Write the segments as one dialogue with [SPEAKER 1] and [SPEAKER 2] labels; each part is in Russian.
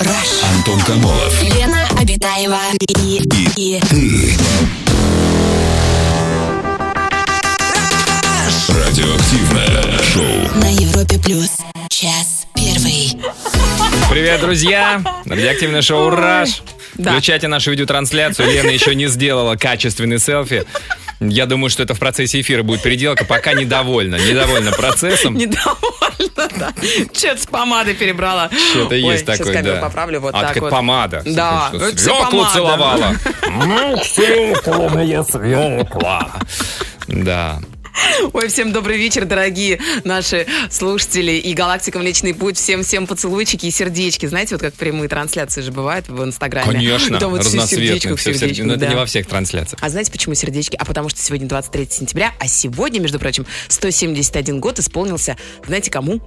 [SPEAKER 1] Rush.
[SPEAKER 2] Антон Камолов.
[SPEAKER 1] Лена Обитаева и, и
[SPEAKER 2] Ты. Радиоактивное шоу.
[SPEAKER 1] на Европе плюс час первый.
[SPEAKER 3] Привет, друзья! Радиоактивное шоу «Раш».
[SPEAKER 4] да.
[SPEAKER 3] Включайте нашу видеотрансляцию. Лена еще не сделала качественный селфи. Я думаю, что это в процессе эфира будет переделка. Пока недовольна. Недовольна процессом.
[SPEAKER 4] Недовольна, да. Чет с помадой перебрала.
[SPEAKER 3] Что-то
[SPEAKER 4] Ой,
[SPEAKER 3] есть
[SPEAKER 4] сейчас
[SPEAKER 3] такое,
[SPEAKER 4] камеру
[SPEAKER 3] да.
[SPEAKER 4] поправлю вот
[SPEAKER 3] а,
[SPEAKER 4] так
[SPEAKER 3] как
[SPEAKER 4] вот.
[SPEAKER 3] помада.
[SPEAKER 4] Да,
[SPEAKER 3] Слушай,
[SPEAKER 4] это всё
[SPEAKER 3] свёклу
[SPEAKER 4] помада.
[SPEAKER 3] целовала. Ну, свёкла моя свёкла. Да.
[SPEAKER 4] Ой, всем добрый вечер, дорогие наши слушатели и Галактика Млечный Путь. Всем-всем поцелуйчики и сердечки. Знаете, вот как прямые трансляции же бывают в Инстаграме.
[SPEAKER 3] Конечно,
[SPEAKER 4] И там вот всё
[SPEAKER 3] разноцветные.
[SPEAKER 4] сердечко к
[SPEAKER 3] всё в сердечко.
[SPEAKER 4] сердечку,
[SPEAKER 3] Но это
[SPEAKER 4] да.
[SPEAKER 3] не во всех трансляциях.
[SPEAKER 4] А знаете, почему сердечки? А потому что сегодня 23 сентября, а сегодня, между прочим, 171 год исполнился, знаете, кому?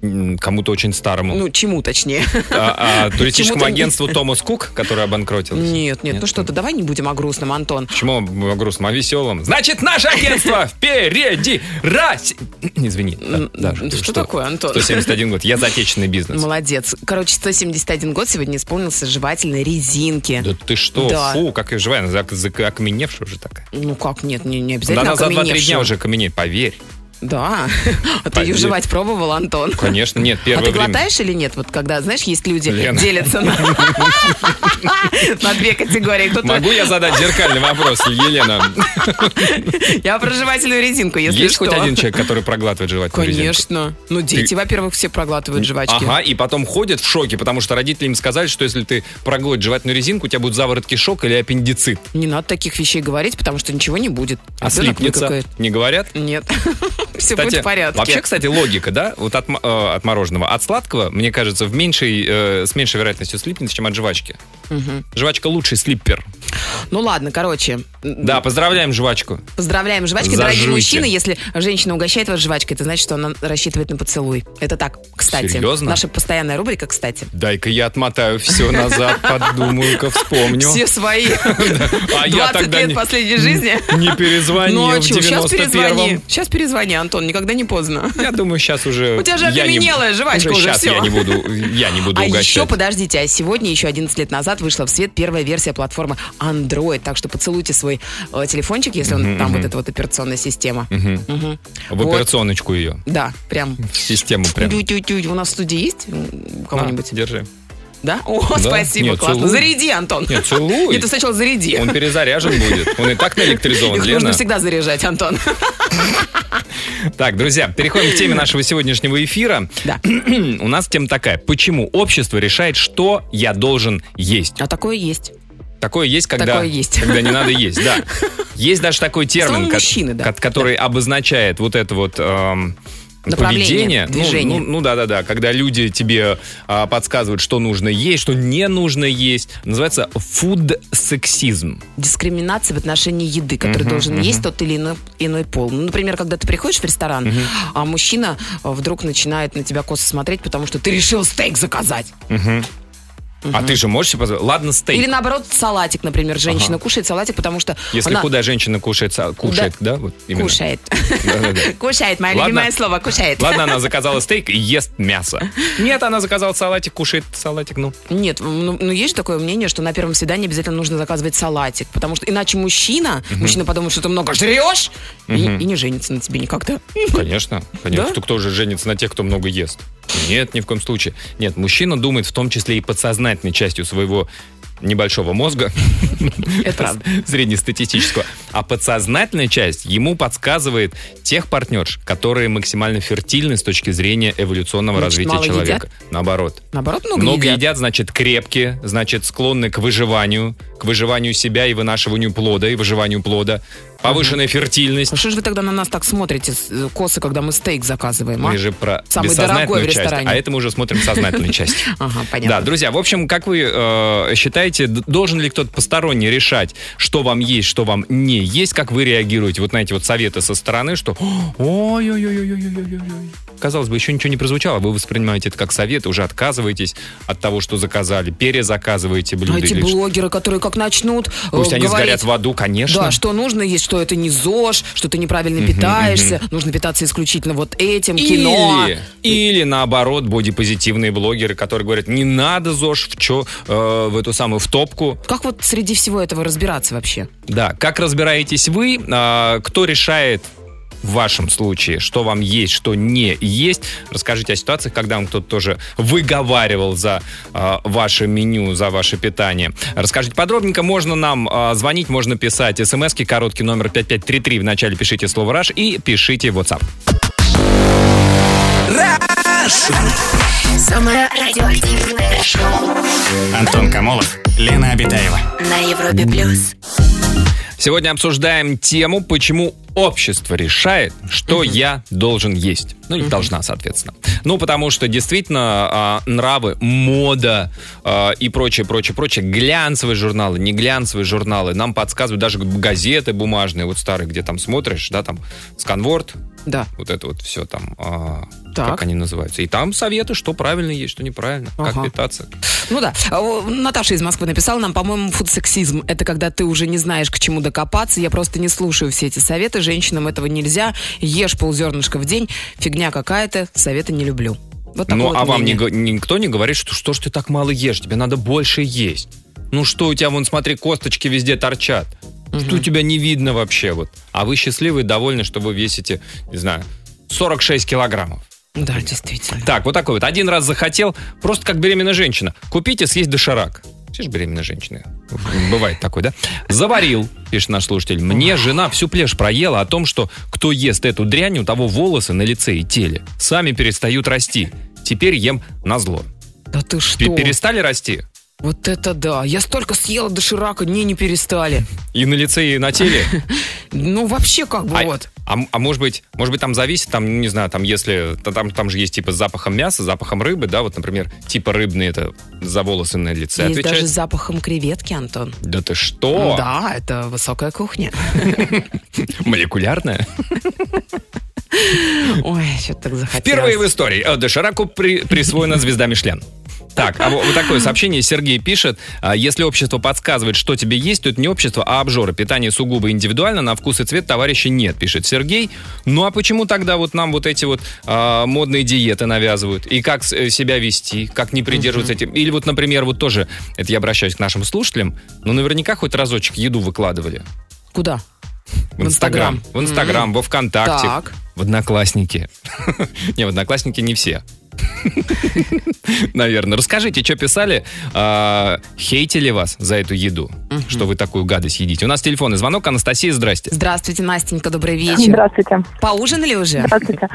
[SPEAKER 3] М, Кому-то очень старому.
[SPEAKER 4] Ну, чему точнее.
[SPEAKER 3] А, а, туристическому
[SPEAKER 4] Чему-то не-
[SPEAKER 3] агентству Томас Кук, который обанкротилось?
[SPEAKER 4] Нет, нет, ну что-то, давай не будем о грустном, Антон.
[SPEAKER 3] Почему о грустном, о веселом? Значит, наше агентство впереди! Раз! Извини. да, да,
[SPEAKER 4] Что такое, Антон?
[SPEAKER 3] 171 год. Я за отечественный бизнес.
[SPEAKER 4] Молодец. Короче, 171 год сегодня исполнился жевательной резинки.
[SPEAKER 3] Да ты что?
[SPEAKER 4] Да.
[SPEAKER 3] Фу, как и живая, она зак- зак- окаменевшая уже такая.
[SPEAKER 4] Ну как, нет, не, не
[SPEAKER 3] Да
[SPEAKER 4] обязательно
[SPEAKER 3] она за 2-3 дня
[SPEAKER 4] окаменевшую.
[SPEAKER 3] уже каменеет, поверь.
[SPEAKER 4] Да. А ты ее
[SPEAKER 3] Поверь.
[SPEAKER 4] жевать пробовал, Антон?
[SPEAKER 3] Конечно, нет,
[SPEAKER 4] А
[SPEAKER 3] первое
[SPEAKER 4] ты
[SPEAKER 3] время.
[SPEAKER 4] глотаешь или нет? Вот когда, знаешь, есть люди,
[SPEAKER 3] Лена.
[SPEAKER 4] делятся на на две категории. Кто-то-
[SPEAKER 3] Могу я задать зеркальный вопрос, Елена?
[SPEAKER 4] Я про жевательную резинку, если
[SPEAKER 3] Есть
[SPEAKER 4] что.
[SPEAKER 3] хоть один человек, который проглатывает жевательную резинку?
[SPEAKER 4] Конечно. Ну, дети,
[SPEAKER 3] Ты-
[SPEAKER 4] во-первых, все проглатывают жвачки.
[SPEAKER 3] Ага, и потом ходят в шоке, потому что родители им сказали, что если ты проглотишь жевательную резинку, у тебя будут заворотки шок или аппендицит.
[SPEAKER 4] Не надо таких вещей говорить, потому что ничего не будет.
[SPEAKER 3] А
[SPEAKER 4] Ребенок
[SPEAKER 3] слипнется.
[SPEAKER 4] выкакает.
[SPEAKER 3] Не говорят?
[SPEAKER 4] Нет. Все будет в порядке.
[SPEAKER 3] Вообще, кстати, логика, да, вот от, м- э, от мороженого. От сладкого, мне кажется, в меньшей, э, с меньшей вероятностью слипнется, чем от жвачки. Жвачка лучший слиппер.
[SPEAKER 4] Ну ладно, короче.
[SPEAKER 3] Да, поздравляем жвачку.
[SPEAKER 4] Поздравляем с жвачкой, дорогие
[SPEAKER 3] Зажуйте.
[SPEAKER 4] мужчины. Если женщина угощает вас жвачкой, это значит, что она рассчитывает на поцелуй. Это так, кстати.
[SPEAKER 3] Серьезно?
[SPEAKER 4] Наша постоянная рубрика, кстати.
[SPEAKER 3] Дай-ка я отмотаю все назад, подумаю-ка, вспомню.
[SPEAKER 4] Все свои
[SPEAKER 3] А
[SPEAKER 4] 20 лет
[SPEAKER 3] не-
[SPEAKER 4] последней жизни. Ну,
[SPEAKER 3] не перезвонил в
[SPEAKER 4] Ночью. Сейчас
[SPEAKER 3] 91-м.
[SPEAKER 4] перезвони. Сейчас перезвони, Антон, никогда не поздно.
[SPEAKER 3] Я думаю, сейчас уже...
[SPEAKER 4] У тебя же
[SPEAKER 3] я не-
[SPEAKER 4] окаменелая жвачка уже,
[SPEAKER 3] сейчас
[SPEAKER 4] всё.
[SPEAKER 3] я не буду, я не буду
[SPEAKER 4] А
[SPEAKER 3] угощать.
[SPEAKER 4] еще, подождите, а сегодня, еще 11 лет назад, вышла в свет первая версия платформы Android. Так что поцелуйте свой э, телефончик, если он там вот эта вот операционная система. Мгм.
[SPEAKER 3] В
[SPEAKER 4] Вот.
[SPEAKER 3] операционочку ее.
[SPEAKER 4] Да, прям.
[SPEAKER 3] В систему прям. А.
[SPEAKER 4] Тю-тю-тю. У нас в студии есть м, у кого-нибудь?
[SPEAKER 3] На, держи.
[SPEAKER 4] Да? О,
[SPEAKER 3] Да.
[SPEAKER 4] спасибо,
[SPEAKER 3] Нет,
[SPEAKER 4] классно.
[SPEAKER 3] целуй.
[SPEAKER 4] Заряди, Антон.
[SPEAKER 3] Нет, целуй.
[SPEAKER 4] Нет, ты сначала заряди.
[SPEAKER 3] Он перезаряжен будет. Он и так наэлектризован,
[SPEAKER 4] Их
[SPEAKER 3] Лена.
[SPEAKER 4] нужно всегда заряжать, Антон.
[SPEAKER 3] Так, друзья, переходим к теме нашего сегодняшнего эфира.
[SPEAKER 4] Да.
[SPEAKER 3] У нас тема такая. Почему общество решает, что я должен есть?
[SPEAKER 4] А такое есть.
[SPEAKER 3] Такое есть, когда,
[SPEAKER 4] Такое есть.
[SPEAKER 3] когда не надо есть, да. Есть даже такой термин,
[SPEAKER 4] Словом,
[SPEAKER 3] ко-
[SPEAKER 4] мужчины, да.
[SPEAKER 3] ко- который обозначает вот это вот... эм,
[SPEAKER 4] Направление,
[SPEAKER 3] поведение. Ну,
[SPEAKER 4] движение.
[SPEAKER 3] Ну, ну да, да, да. Когда люди тебе а, подсказывают, что нужно есть, что не нужно есть. Называется фуд-сексизм.
[SPEAKER 4] Дискриминация в отношении еды, которую должен есть тот или иной, иной пол. Ну, например, когда ты приходишь в ресторан, а мужчина э, вдруг начинает на тебя косо смотреть, потому что ты решил стейк заказать.
[SPEAKER 3] А ты же можешь себе позволить? Ладно, стейк.
[SPEAKER 4] Или наоборот, салатик, например, женщина кушает салатик, потому что
[SPEAKER 3] Если
[SPEAKER 4] она
[SPEAKER 3] худая женщина кушает, са- кушает, да? вот именно.
[SPEAKER 4] кушает.
[SPEAKER 3] Да-да-да.
[SPEAKER 4] Кушает, мое
[SPEAKER 3] Ладно.
[SPEAKER 4] любимое слово, кушает.
[SPEAKER 3] Ладно, она заказала стейк и ест мясо. Нет, она заказала салатик, кушает салатик, ну.
[SPEAKER 4] Нет, ну, ну, есть же такое мнение, что на первом свидании обязательно нужно заказывать салатик, потому что иначе мужчина, мужчина подумает, что ты много жрешь, и- и, не женится на тебе никогда.
[SPEAKER 3] Конечно, конечно.
[SPEAKER 4] Да?
[SPEAKER 3] Кто- Кто же женится на тех, кто много ест? Нет, ни в коем случае. Нет, мужчина думает в том числе и подсознательной частью своего небольшого мозга,
[SPEAKER 4] Это правда.
[SPEAKER 3] среднестатистического. А подсознательная часть ему подсказывает тех партнерш, которые максимально фертильны с точки зрения эволюционного
[SPEAKER 4] Значит,
[SPEAKER 3] развития
[SPEAKER 4] мало едят?
[SPEAKER 3] человека. Наоборот.
[SPEAKER 4] Наоборот, много,
[SPEAKER 3] Много
[SPEAKER 4] едят.
[SPEAKER 3] едят, значит, крепкие, значит, склонны к выживанию, к выживанию себя и вынашиванию плода, и выживанию плода. Повышенная фертильность.
[SPEAKER 4] А что же вы тогда на нас так смотрите с- э, косо, когда мы стейк заказываем, а?
[SPEAKER 3] Мы же про
[SPEAKER 4] Самый дорогой
[SPEAKER 3] бессознательную
[SPEAKER 4] в
[SPEAKER 3] часть,
[SPEAKER 4] ресторане.
[SPEAKER 3] а это мы уже смотрим сознательную часть.
[SPEAKER 4] Ага,
[SPEAKER 3] Да,
[SPEAKER 4] понятно.
[SPEAKER 3] друзья, в общем, как вы э, считаете, д- должен ли кто-то посторонний решать, что вам есть, что вам не есть, как вы реагируете? Вот на эти вот советы со стороны, что ой-ой-ой-ой-ой-ой-ой. Казалось бы, еще ничего не прозвучало, а вы воспринимаете это как совет, уже отказываетесь от того, что заказали, перезаказываете блюда.
[SPEAKER 4] а эти
[SPEAKER 3] или что-
[SPEAKER 4] блогеры, которые как начнут э,
[SPEAKER 3] Пусть они
[SPEAKER 4] говорить,
[SPEAKER 3] сгорят в аду, конечно.
[SPEAKER 4] да, что нужно есть, что это не ЗОЖ, что ты неправильно питаешься, нужно питаться исключительно вот этим, кино.
[SPEAKER 3] Или, или наоборот, бодипозитивные блогеры, которые говорят, не надо ЗОЖ в, чё, э, в эту самую в топку.
[SPEAKER 4] Как вот среди всего этого разбираться вообще?
[SPEAKER 3] Да, как разбираетесь вы, А, кто решает в вашем случае, что вам есть, что не есть. Расскажите о ситуациях, когда вам кто-то тоже выговаривал за а, ваше меню, за ваше питание. Расскажите подробненько. Можно нам а, звонить, можно писать смски, короткий номер 5533. Вначале пишите слово «Раш» и пишите в WhatsApp.
[SPEAKER 1] Самое радиоактивное шоу
[SPEAKER 5] Антон Камолов, Лена Обитаева.
[SPEAKER 1] на Европе плюс.
[SPEAKER 3] Сегодня обсуждаем тему, почему общество решает, что я должен есть. Ну, не должна, соответственно. Ну, потому что действительно а, нравы, мода а, и прочее, прочее, прочее, глянцевые журналы, не глянцевые журналы, нам подсказывают даже газеты бумажные, вот старые, где там смотришь, да, там сканворд,
[SPEAKER 4] Да.
[SPEAKER 3] вот это вот все там, а,
[SPEAKER 4] Так.
[SPEAKER 3] как они называются. И там советы, что правильно есть, что неправильно, как
[SPEAKER 4] Ага.
[SPEAKER 3] питаться.
[SPEAKER 4] Ну да. А, о, Наташа из Москвы написала нам, по-моему, фудсексизм. Это когда ты уже не знаешь, к чему докопаться. Я просто не слушаю все эти советы. Женщинам этого нельзя. Ешь ползернышка в день. Фигня какая-то. Советы не люблю. Вот такое
[SPEAKER 3] Ну,
[SPEAKER 4] вот
[SPEAKER 3] а вам не
[SPEAKER 4] мнение.
[SPEAKER 3] го- никто не говорит, что что ж ты так мало ешь, тебе надо больше есть. Ну что у тебя, вон, смотри, косточки везде торчат. Что у тебя не видно вообще вот. А вы счастливы и довольны, что вы весите, не знаю, 46 килограммов.
[SPEAKER 4] Да, действительно.
[SPEAKER 3] Так, вот такой вот. Один раз захотел, просто как беременная женщина. Купите, съесть доширак. Все же беременные женщины. Бывает такой, да? Заварил, пишет наш слушатель. Мне жена всю плешь проела о том, что кто ест эту дрянь, у того волосы на лице и теле. Сами перестают расти. Теперь ем на зло.
[SPEAKER 4] Да ты что?
[SPEAKER 3] Перестали расти?
[SPEAKER 4] Вот это да. Я столько съела доширака, не, не перестали.
[SPEAKER 3] И на лице, и на теле.
[SPEAKER 4] Ну, вообще как бы
[SPEAKER 3] А,
[SPEAKER 4] вот.
[SPEAKER 3] а, а может быть, может быть, там зависит, там, не знаю, там, если та- там, там же есть типа с запахом мяса, с запахом рыбы, да, вот, например, типа рыбные это за волосы на лице
[SPEAKER 4] Есть
[SPEAKER 3] отвечает.
[SPEAKER 4] даже с запахом креветки, Антон.
[SPEAKER 3] Да ты что?
[SPEAKER 4] Да, это высокая кухня.
[SPEAKER 3] Молекулярная.
[SPEAKER 4] Ой, что-то так захотелось.
[SPEAKER 3] Впервые в истории э, Дошираку при- присвоена звезда Мишлен. Так, а вот, вот такое сообщение Сергей пишет. а, Если общество подсказывает, что тебе есть, то это не общество, а обжора. Питание сугубо индивидуально, на вкус и цвет товарища нет, пишет Сергей. Ну а почему тогда вот нам вот эти вот а, модные диеты навязывают? И как с- э, себя вести, как не придерживаться этим? Или вот, например, вот тоже, это я обращаюсь к нашим слушателям, но наверняка хоть разочек еду выкладывали.
[SPEAKER 4] Куда?
[SPEAKER 3] В Инстаграм.
[SPEAKER 4] Инстаграм.
[SPEAKER 3] В Инстаграм, во ВКонтакте.
[SPEAKER 4] Так.
[SPEAKER 3] В Одноклассники. Не, в Одноклассники не все. Наверное. Расскажите, что писали? А, Хейтили вас за эту еду? Что вы такую гадость едите? У нас телефонный звонок. Анастасия, здрасте.
[SPEAKER 4] Здравствуйте, Настенька, добрый вечер.
[SPEAKER 6] Здравствуйте.
[SPEAKER 4] Поужинали уже?
[SPEAKER 6] Здравствуйте.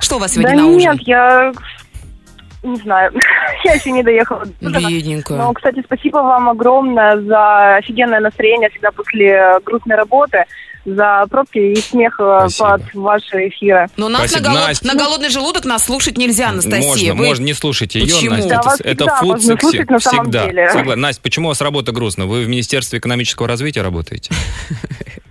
[SPEAKER 4] Что у вас сегодня
[SPEAKER 6] да
[SPEAKER 4] на
[SPEAKER 6] нет,
[SPEAKER 4] ужин?
[SPEAKER 6] я не знаю. я еще не доехала. до Тузова.
[SPEAKER 4] Бедненькая.
[SPEAKER 6] Но, кстати, спасибо вам огромное за офигенное настроение всегда после грустной работы, за пробки и смех э,
[SPEAKER 3] Спасибо.
[SPEAKER 6] под ваши эфиры.
[SPEAKER 4] Но Ну, нас на,
[SPEAKER 3] Спасибо,
[SPEAKER 4] голод-
[SPEAKER 3] Настя. ну-
[SPEAKER 4] на голодный желудок нас слушать нельзя, Анастасия.
[SPEAKER 3] Можно,
[SPEAKER 4] Вы-
[SPEAKER 3] можно, не слушайте ее,
[SPEAKER 4] Почему?
[SPEAKER 3] Настя.
[SPEAKER 4] Да,
[SPEAKER 3] это-
[SPEAKER 6] вас
[SPEAKER 3] это
[SPEAKER 6] всегда
[SPEAKER 3] фуд
[SPEAKER 6] можно слушать на самом
[SPEAKER 3] всегда.
[SPEAKER 6] деле.
[SPEAKER 3] Согла- Настя, почему у вас работа грустно? Вы в Министерстве экономического развития работаете?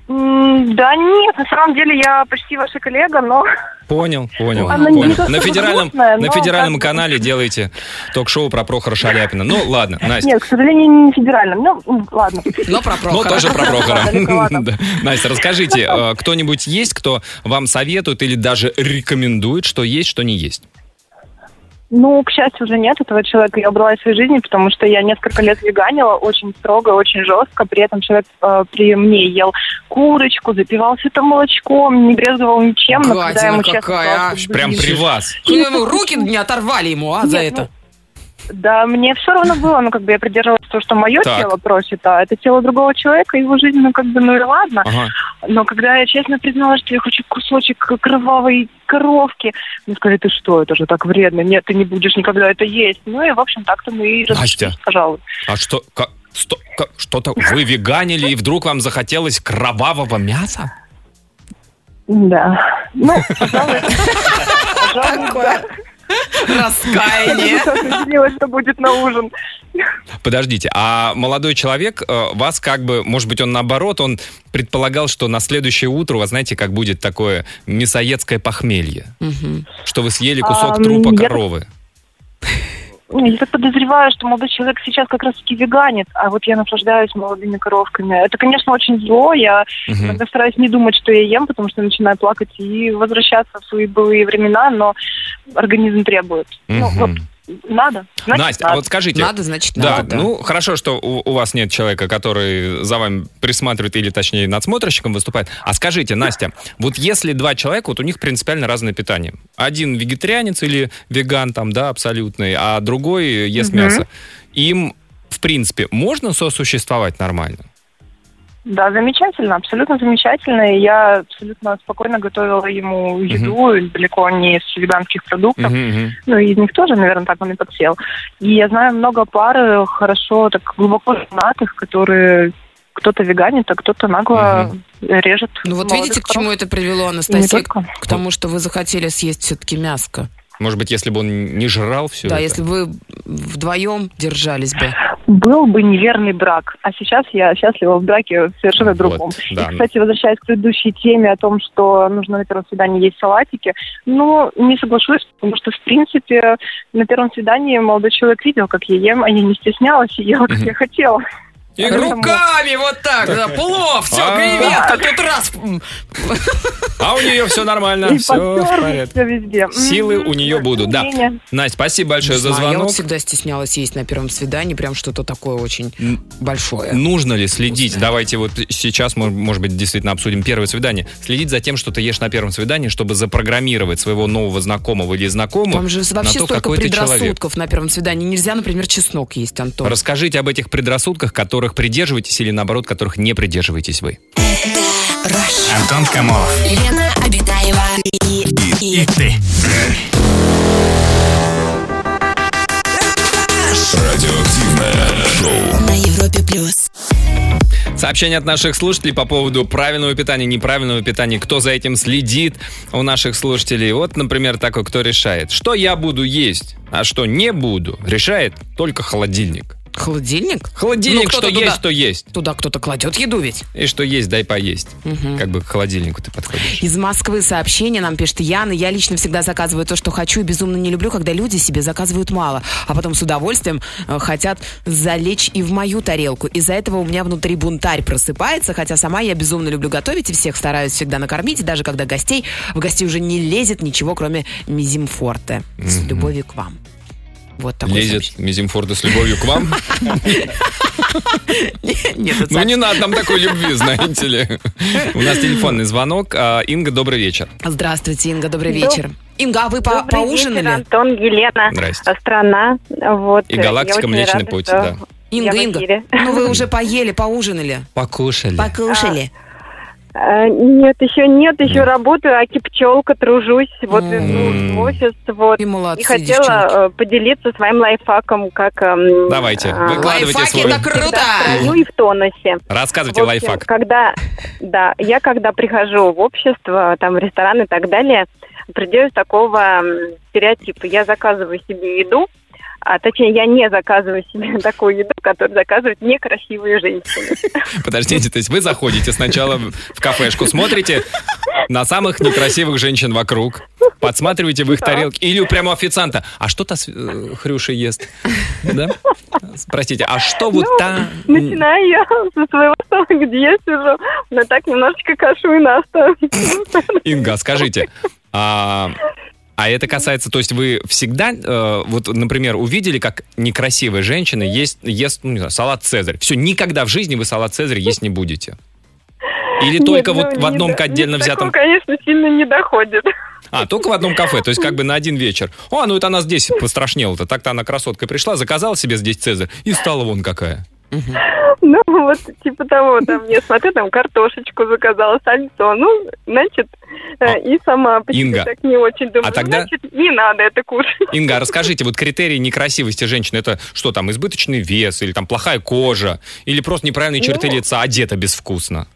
[SPEAKER 6] М, Да нет, на самом деле я почти ваша коллега, но
[SPEAKER 3] Понял, понял.
[SPEAKER 6] Она не
[SPEAKER 3] понял.
[SPEAKER 6] то,
[SPEAKER 3] На
[SPEAKER 6] чтобы
[SPEAKER 3] федеральном,
[SPEAKER 6] грустная,
[SPEAKER 3] на
[SPEAKER 6] но
[SPEAKER 3] федеральном
[SPEAKER 6] как-то-
[SPEAKER 3] канале делаете ток-шоу про Прохора Шаляпина. Ну, ладно, Настя.
[SPEAKER 6] нет, к сожалению, не федеральным. Ну, м, ладно.
[SPEAKER 4] Но про Прохора.
[SPEAKER 3] Ну, тоже про Прохора.
[SPEAKER 6] Далековато.
[SPEAKER 3] Да. Настя, расскажите, э, кто-нибудь есть, кто вам советует или даже рекомендует, что есть, что не есть?
[SPEAKER 6] Ну, к счастью, уже нет этого человека. Я убрала из своей жизни, потому что я несколько лет веганила очень строго, очень жестко. При этом человек э, при мне ел курочку, запивал все это молочком, не брезговал ничем. но когда
[SPEAKER 4] Гадина
[SPEAKER 6] я ему честно
[SPEAKER 4] какая,
[SPEAKER 6] сказала,
[SPEAKER 4] а.
[SPEAKER 6] что,
[SPEAKER 3] Прям
[SPEAKER 6] блин,
[SPEAKER 3] при вас.
[SPEAKER 4] Ну, ему руки не оторвали ему, а, за
[SPEAKER 6] Нет, ну,
[SPEAKER 4] это?
[SPEAKER 6] Да, мне все равно было, ну, как бы я придерживалась того, что мое
[SPEAKER 3] Так.
[SPEAKER 6] тело просит, а это тело другого человека, его жизнь, ну, как бы, ну и ладно.
[SPEAKER 3] Ага.
[SPEAKER 6] Но когда я честно призналась, что я хочу кусочек кровавой коровки, мне сказали, ты что, это же так вредно, нет, ты не будешь никогда это есть. Ну и, в общем, так-то мы и
[SPEAKER 3] Настя.
[SPEAKER 6] разошлись, пожалуй.
[SPEAKER 3] А что, ка- сто- ка- что-то вы веганили, и вдруг вам захотелось кровавого мяса?
[SPEAKER 6] Да. Ну, пожалуй. Пожалуй, да. ну.
[SPEAKER 4] Раскаяние.
[SPEAKER 6] Я определила, что будет на ужин.
[SPEAKER 3] Подождите, а молодой человек э, вас как бы, может быть, он наоборот, он предполагал, что на следующее утро у вас, знаете, как будет такое мясоедское похмелье,
[SPEAKER 4] Мгм.
[SPEAKER 3] что вы съели кусок
[SPEAKER 6] Ам,
[SPEAKER 3] трупа
[SPEAKER 6] я-
[SPEAKER 3] коровы.
[SPEAKER 6] ну, я так подозреваю, что молодой человек сейчас как раз-таки веганит, а вот я наслаждаюсь молодыми коровками. Это, конечно, очень зло. Я
[SPEAKER 3] Мгм.
[SPEAKER 6] иногда стараюсь не думать, что я ем, потому что начинаю плакать и возвращаться в свои былые времена, но организм требует. Ну, вот,
[SPEAKER 3] Мгм.
[SPEAKER 6] надо. Значит,
[SPEAKER 3] Настя, а
[SPEAKER 6] надо.
[SPEAKER 3] вот скажите,
[SPEAKER 4] Надо, значит,
[SPEAKER 3] Да,
[SPEAKER 4] надо. да.
[SPEAKER 3] ну хорошо, что у, у вас нет человека, который за вами присматривает или, точнее, надсмотрщиком выступает. А скажите, Настя, вот если два человека, вот у них принципиально разное питание. Один вегетарианец или веган там, да, абсолютный, а другой ест
[SPEAKER 6] Мгм.
[SPEAKER 3] мясо. Им, в принципе, можно сосуществовать нормально?
[SPEAKER 6] Да, замечательно, абсолютно замечательно. И я абсолютно спокойно готовила ему еду, далеко не из веганских продуктов. Ну, и из них тоже, наверное, так он и подсел. И я знаю много пар э, хорошо, так глубоко женатых, которые кто-то веганит, а кто-то нагло режет.
[SPEAKER 4] Ну вот
[SPEAKER 6] молодых
[SPEAKER 4] видите, к
[SPEAKER 6] коров.
[SPEAKER 4] чему это привело,
[SPEAKER 6] И не
[SPEAKER 4] Анастасия?
[SPEAKER 6] только.
[SPEAKER 4] К тому, что вы захотели съесть все-таки мяско.
[SPEAKER 3] Может быть, если бы он не жрал все
[SPEAKER 4] да,
[SPEAKER 3] это?
[SPEAKER 4] если бы вы вдвоем держались бы.
[SPEAKER 6] Был бы неверный брак, а сейчас я счастлива в браке совершенно
[SPEAKER 3] Вот,
[SPEAKER 6] другом.
[SPEAKER 3] да.
[SPEAKER 4] ну.
[SPEAKER 6] И, кстати, возвращаясь к предыдущей теме о том, что нужно на первом свидании есть салатики, ну, не соглашусь, потому что, в принципе, на первом свидании молодой человек видел, как я ем, а я не стеснялась и ела, как я хотела.
[SPEAKER 3] И
[SPEAKER 6] Поэтому-
[SPEAKER 4] Руками вот так, да, плов, все,
[SPEAKER 3] А.
[SPEAKER 4] креветка, тут раз. м,
[SPEAKER 3] А у нее все нормально,
[SPEAKER 6] и
[SPEAKER 3] все в
[SPEAKER 6] подтёрлась,
[SPEAKER 3] порядке.
[SPEAKER 6] всё везде. М,
[SPEAKER 3] Силы у нее
[SPEAKER 6] тем
[SPEAKER 3] будут,
[SPEAKER 6] не
[SPEAKER 3] да.
[SPEAKER 6] менее.
[SPEAKER 3] Настя, спасибо
[SPEAKER 4] не
[SPEAKER 3] большое за
[SPEAKER 4] знаю, а Я вот
[SPEAKER 3] звонок.
[SPEAKER 4] всегда стеснялась есть на первом свидании, прям что-то такое очень
[SPEAKER 3] М.
[SPEAKER 4] большое.
[SPEAKER 3] Нужно ли следить? Давайте вот сейчас, мож- может быть, действительно обсудим первое свидание. Следить за тем, что ты ешь на первом свидании, чтобы запрограммировать своего нового знакомого или знакомого
[SPEAKER 4] Там же
[SPEAKER 3] на
[SPEAKER 4] вообще
[SPEAKER 3] то,
[SPEAKER 4] столько
[SPEAKER 3] какой ты человек.
[SPEAKER 4] предрассудков на первом свидании. Нельзя, например, чеснок есть, Антон.
[SPEAKER 3] Расскажите об этих предрассудках, которых придерживаетесь или, наоборот, которых не придерживаетесь вы.
[SPEAKER 7] Антон Камолов.
[SPEAKER 1] Лена Обитаева и,
[SPEAKER 7] И ты.
[SPEAKER 8] Радиоактивное шоу.
[SPEAKER 1] на Европе плюс.
[SPEAKER 3] Сообщение от наших слушателей по поводу правильного питания, неправильного питания, кто за этим следит у наших слушателей. Вот, например, такой, кто решает, что я буду есть, а что не буду, решает только холодильник.
[SPEAKER 4] Холодильник?
[SPEAKER 3] Холодильник,
[SPEAKER 4] Ну,
[SPEAKER 3] что
[SPEAKER 4] кто-то
[SPEAKER 3] есть,
[SPEAKER 4] туда-
[SPEAKER 3] что есть.
[SPEAKER 4] Туда кто-то кладет еду ведь.
[SPEAKER 3] И что есть, дай поесть.
[SPEAKER 4] Мгм.
[SPEAKER 3] Как бы к холодильнику ты подходишь.
[SPEAKER 4] Из Москвы сообщение нам пишет Яна. Я лично всегда заказываю то, что хочу, и безумно не люблю, когда люди себе заказывают мало, а потом с удовольствием э, хотят залечь и в мою тарелку. Из-за этого у меня внутри бунтарь просыпается, хотя сама я безумно люблю готовить и всех стараюсь всегда накормить, и даже когда гостей, в гостей уже не лезет ничего, кроме мизимфорте. С любовью к вам. Вот такой
[SPEAKER 3] Лезет Мизимфорда с любовью к вам.
[SPEAKER 4] Нет, это
[SPEAKER 3] Ну, не надо нам такой любви, знаете ли. У нас телефонный звонок. А, Инга, добрый вечер.
[SPEAKER 4] сообщ- Здравствуйте, Инга, добрый
[SPEAKER 9] Доб-
[SPEAKER 4] вечер. Инга, а вы по-
[SPEAKER 9] Добрый вечер,
[SPEAKER 4] поужинали?
[SPEAKER 9] Антон, Елена,
[SPEAKER 3] Здрасте.
[SPEAKER 9] страна. Вот.
[SPEAKER 3] И галактика
[SPEAKER 9] Я очень
[SPEAKER 3] Млечный
[SPEAKER 9] рада,
[SPEAKER 3] Путь,
[SPEAKER 9] что
[SPEAKER 3] да.
[SPEAKER 9] я
[SPEAKER 4] Инга,
[SPEAKER 9] в
[SPEAKER 4] Инга,
[SPEAKER 9] эфире.
[SPEAKER 4] ну вы уже поели, поужинали?
[SPEAKER 3] Покушали.
[SPEAKER 4] Покушали.
[SPEAKER 9] Э, Нет, еще нет, еще работаю, аки пчелка, тружусь, вот
[SPEAKER 4] М.
[SPEAKER 9] иду в офис, вот.
[SPEAKER 4] И молодцы,
[SPEAKER 9] И А, хотела
[SPEAKER 4] девчонки.
[SPEAKER 9] э, поделиться своим лайфхаком, как... эм,
[SPEAKER 3] Давайте,
[SPEAKER 9] э,
[SPEAKER 3] выкладывай. Выкладывайте
[SPEAKER 4] Лайфхаки,
[SPEAKER 3] свой.
[SPEAKER 4] это
[SPEAKER 9] всегда в строю
[SPEAKER 4] круто!
[SPEAKER 9] и в тонусе.
[SPEAKER 3] Рассказывайте
[SPEAKER 9] В общем,
[SPEAKER 3] лайфхак.
[SPEAKER 9] Когда, да, я когда прихожу в общество, там, в ресторан и так далее, придерживаюсь такого м, стереотипа. Я заказываю себе еду, а точнее, я не заказываю себе такую еду, которую заказывают некрасивые женщины.
[SPEAKER 3] Подождите, то есть вы заходите сначала в в кафешку, смотрите на самых некрасивых женщин вокруг, подсматриваете в их тарелке или прямо у официанта. А что та с- э, Хрюша ест? Да? Простите, а что вот
[SPEAKER 9] Ну,
[SPEAKER 3] та...
[SPEAKER 9] Начинаю я со своего стола, где я сижу, но так немножечко кашу и на стол.
[SPEAKER 3] Инга, скажите, а, а это касается, то есть вы всегда, э, вот, например, увидели, как некрасивая женщина ест, ест ну, не знаю, салат Цезарь. Все, никогда в жизни вы салат Цезарь есть не будете. Или только
[SPEAKER 9] Нет,
[SPEAKER 3] вот в
[SPEAKER 9] ну, не
[SPEAKER 3] одном
[SPEAKER 9] до-
[SPEAKER 3] отдельно
[SPEAKER 9] до
[SPEAKER 3] взятом...
[SPEAKER 9] такого, конечно, сильно не доходит.
[SPEAKER 3] А, только в одном кафе, то есть как бы на один вечер. О, ну это она здесь пострашнела-то. Так-то она красотка пришла, заказала себе здесь Цезарь и стала вон какая.
[SPEAKER 9] Ну, вот типа того, там, я смотрю, там картошечку заказала, сальцо, ну, значит, э,
[SPEAKER 3] А,
[SPEAKER 9] и сама почему
[SPEAKER 3] Инга,
[SPEAKER 9] так не очень думаю,
[SPEAKER 3] а тогда-
[SPEAKER 9] значит, не надо это кушать.
[SPEAKER 3] Инга, а расскажите, вот критерии некрасивости женщины, это что там, избыточный вес, или там плохая кожа, или просто неправильные черты
[SPEAKER 9] Ну.
[SPEAKER 3] лица, одета безвкусно?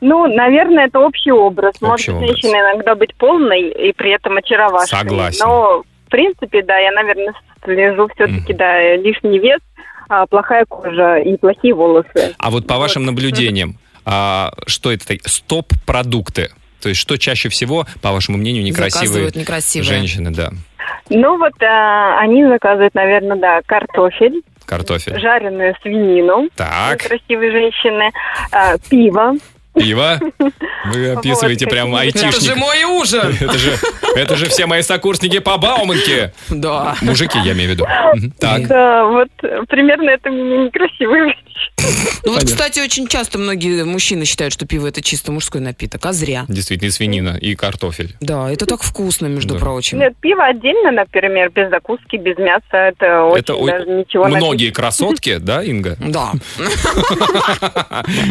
[SPEAKER 9] Ну, наверное, это общий образ. Может,
[SPEAKER 3] Общий образ.
[SPEAKER 9] женщина иногда быть полной и при этом очаровательной.
[SPEAKER 3] Согласен.
[SPEAKER 9] Но, в принципе, да, я, наверное, слежу все-таки, да, лишний вес, а, плохая кожа и плохие волосы.
[SPEAKER 3] А вот по
[SPEAKER 10] Ну,
[SPEAKER 3] вашим наблюдениям, а, что это такие? Стоп-продукты. То есть что чаще всего, по вашему мнению, некрасивые
[SPEAKER 4] Заказывают некрасивые.
[SPEAKER 3] женщины, да.
[SPEAKER 10] Ну вот
[SPEAKER 9] э,
[SPEAKER 10] а, они заказывают, наверное, да, картофель,
[SPEAKER 3] Картофель.
[SPEAKER 10] жареную свинину у
[SPEAKER 3] Так,
[SPEAKER 10] красивой женщины,
[SPEAKER 9] э,
[SPEAKER 10] а, пиво.
[SPEAKER 3] пиво. Вы
[SPEAKER 10] Вот
[SPEAKER 3] описываете прям
[SPEAKER 10] какие-то.
[SPEAKER 4] Это же
[SPEAKER 3] айтишник.
[SPEAKER 4] мой ужин!
[SPEAKER 3] Это же, это же все мои сокурсники по Бауманке.
[SPEAKER 4] Да.
[SPEAKER 3] Мужики, я имею в виду. Мгм. Так.
[SPEAKER 10] Да, вот э, примерно это мне некрасиво выглядит.
[SPEAKER 4] Ну вот,
[SPEAKER 3] Понятно.
[SPEAKER 4] кстати, очень часто многие мужчины считают, что пиво это чисто мужской напиток, а зря.
[SPEAKER 3] Действительно, и свинина, и картофель.
[SPEAKER 4] Да, это так вкусно, между
[SPEAKER 3] Да.
[SPEAKER 4] прочим.
[SPEAKER 10] Нет, пиво отдельно, например, без закуски, без мяса, это очень
[SPEAKER 3] Это ой-
[SPEAKER 10] даже ничего
[SPEAKER 3] Многие красотки, да, Инга,
[SPEAKER 4] Да.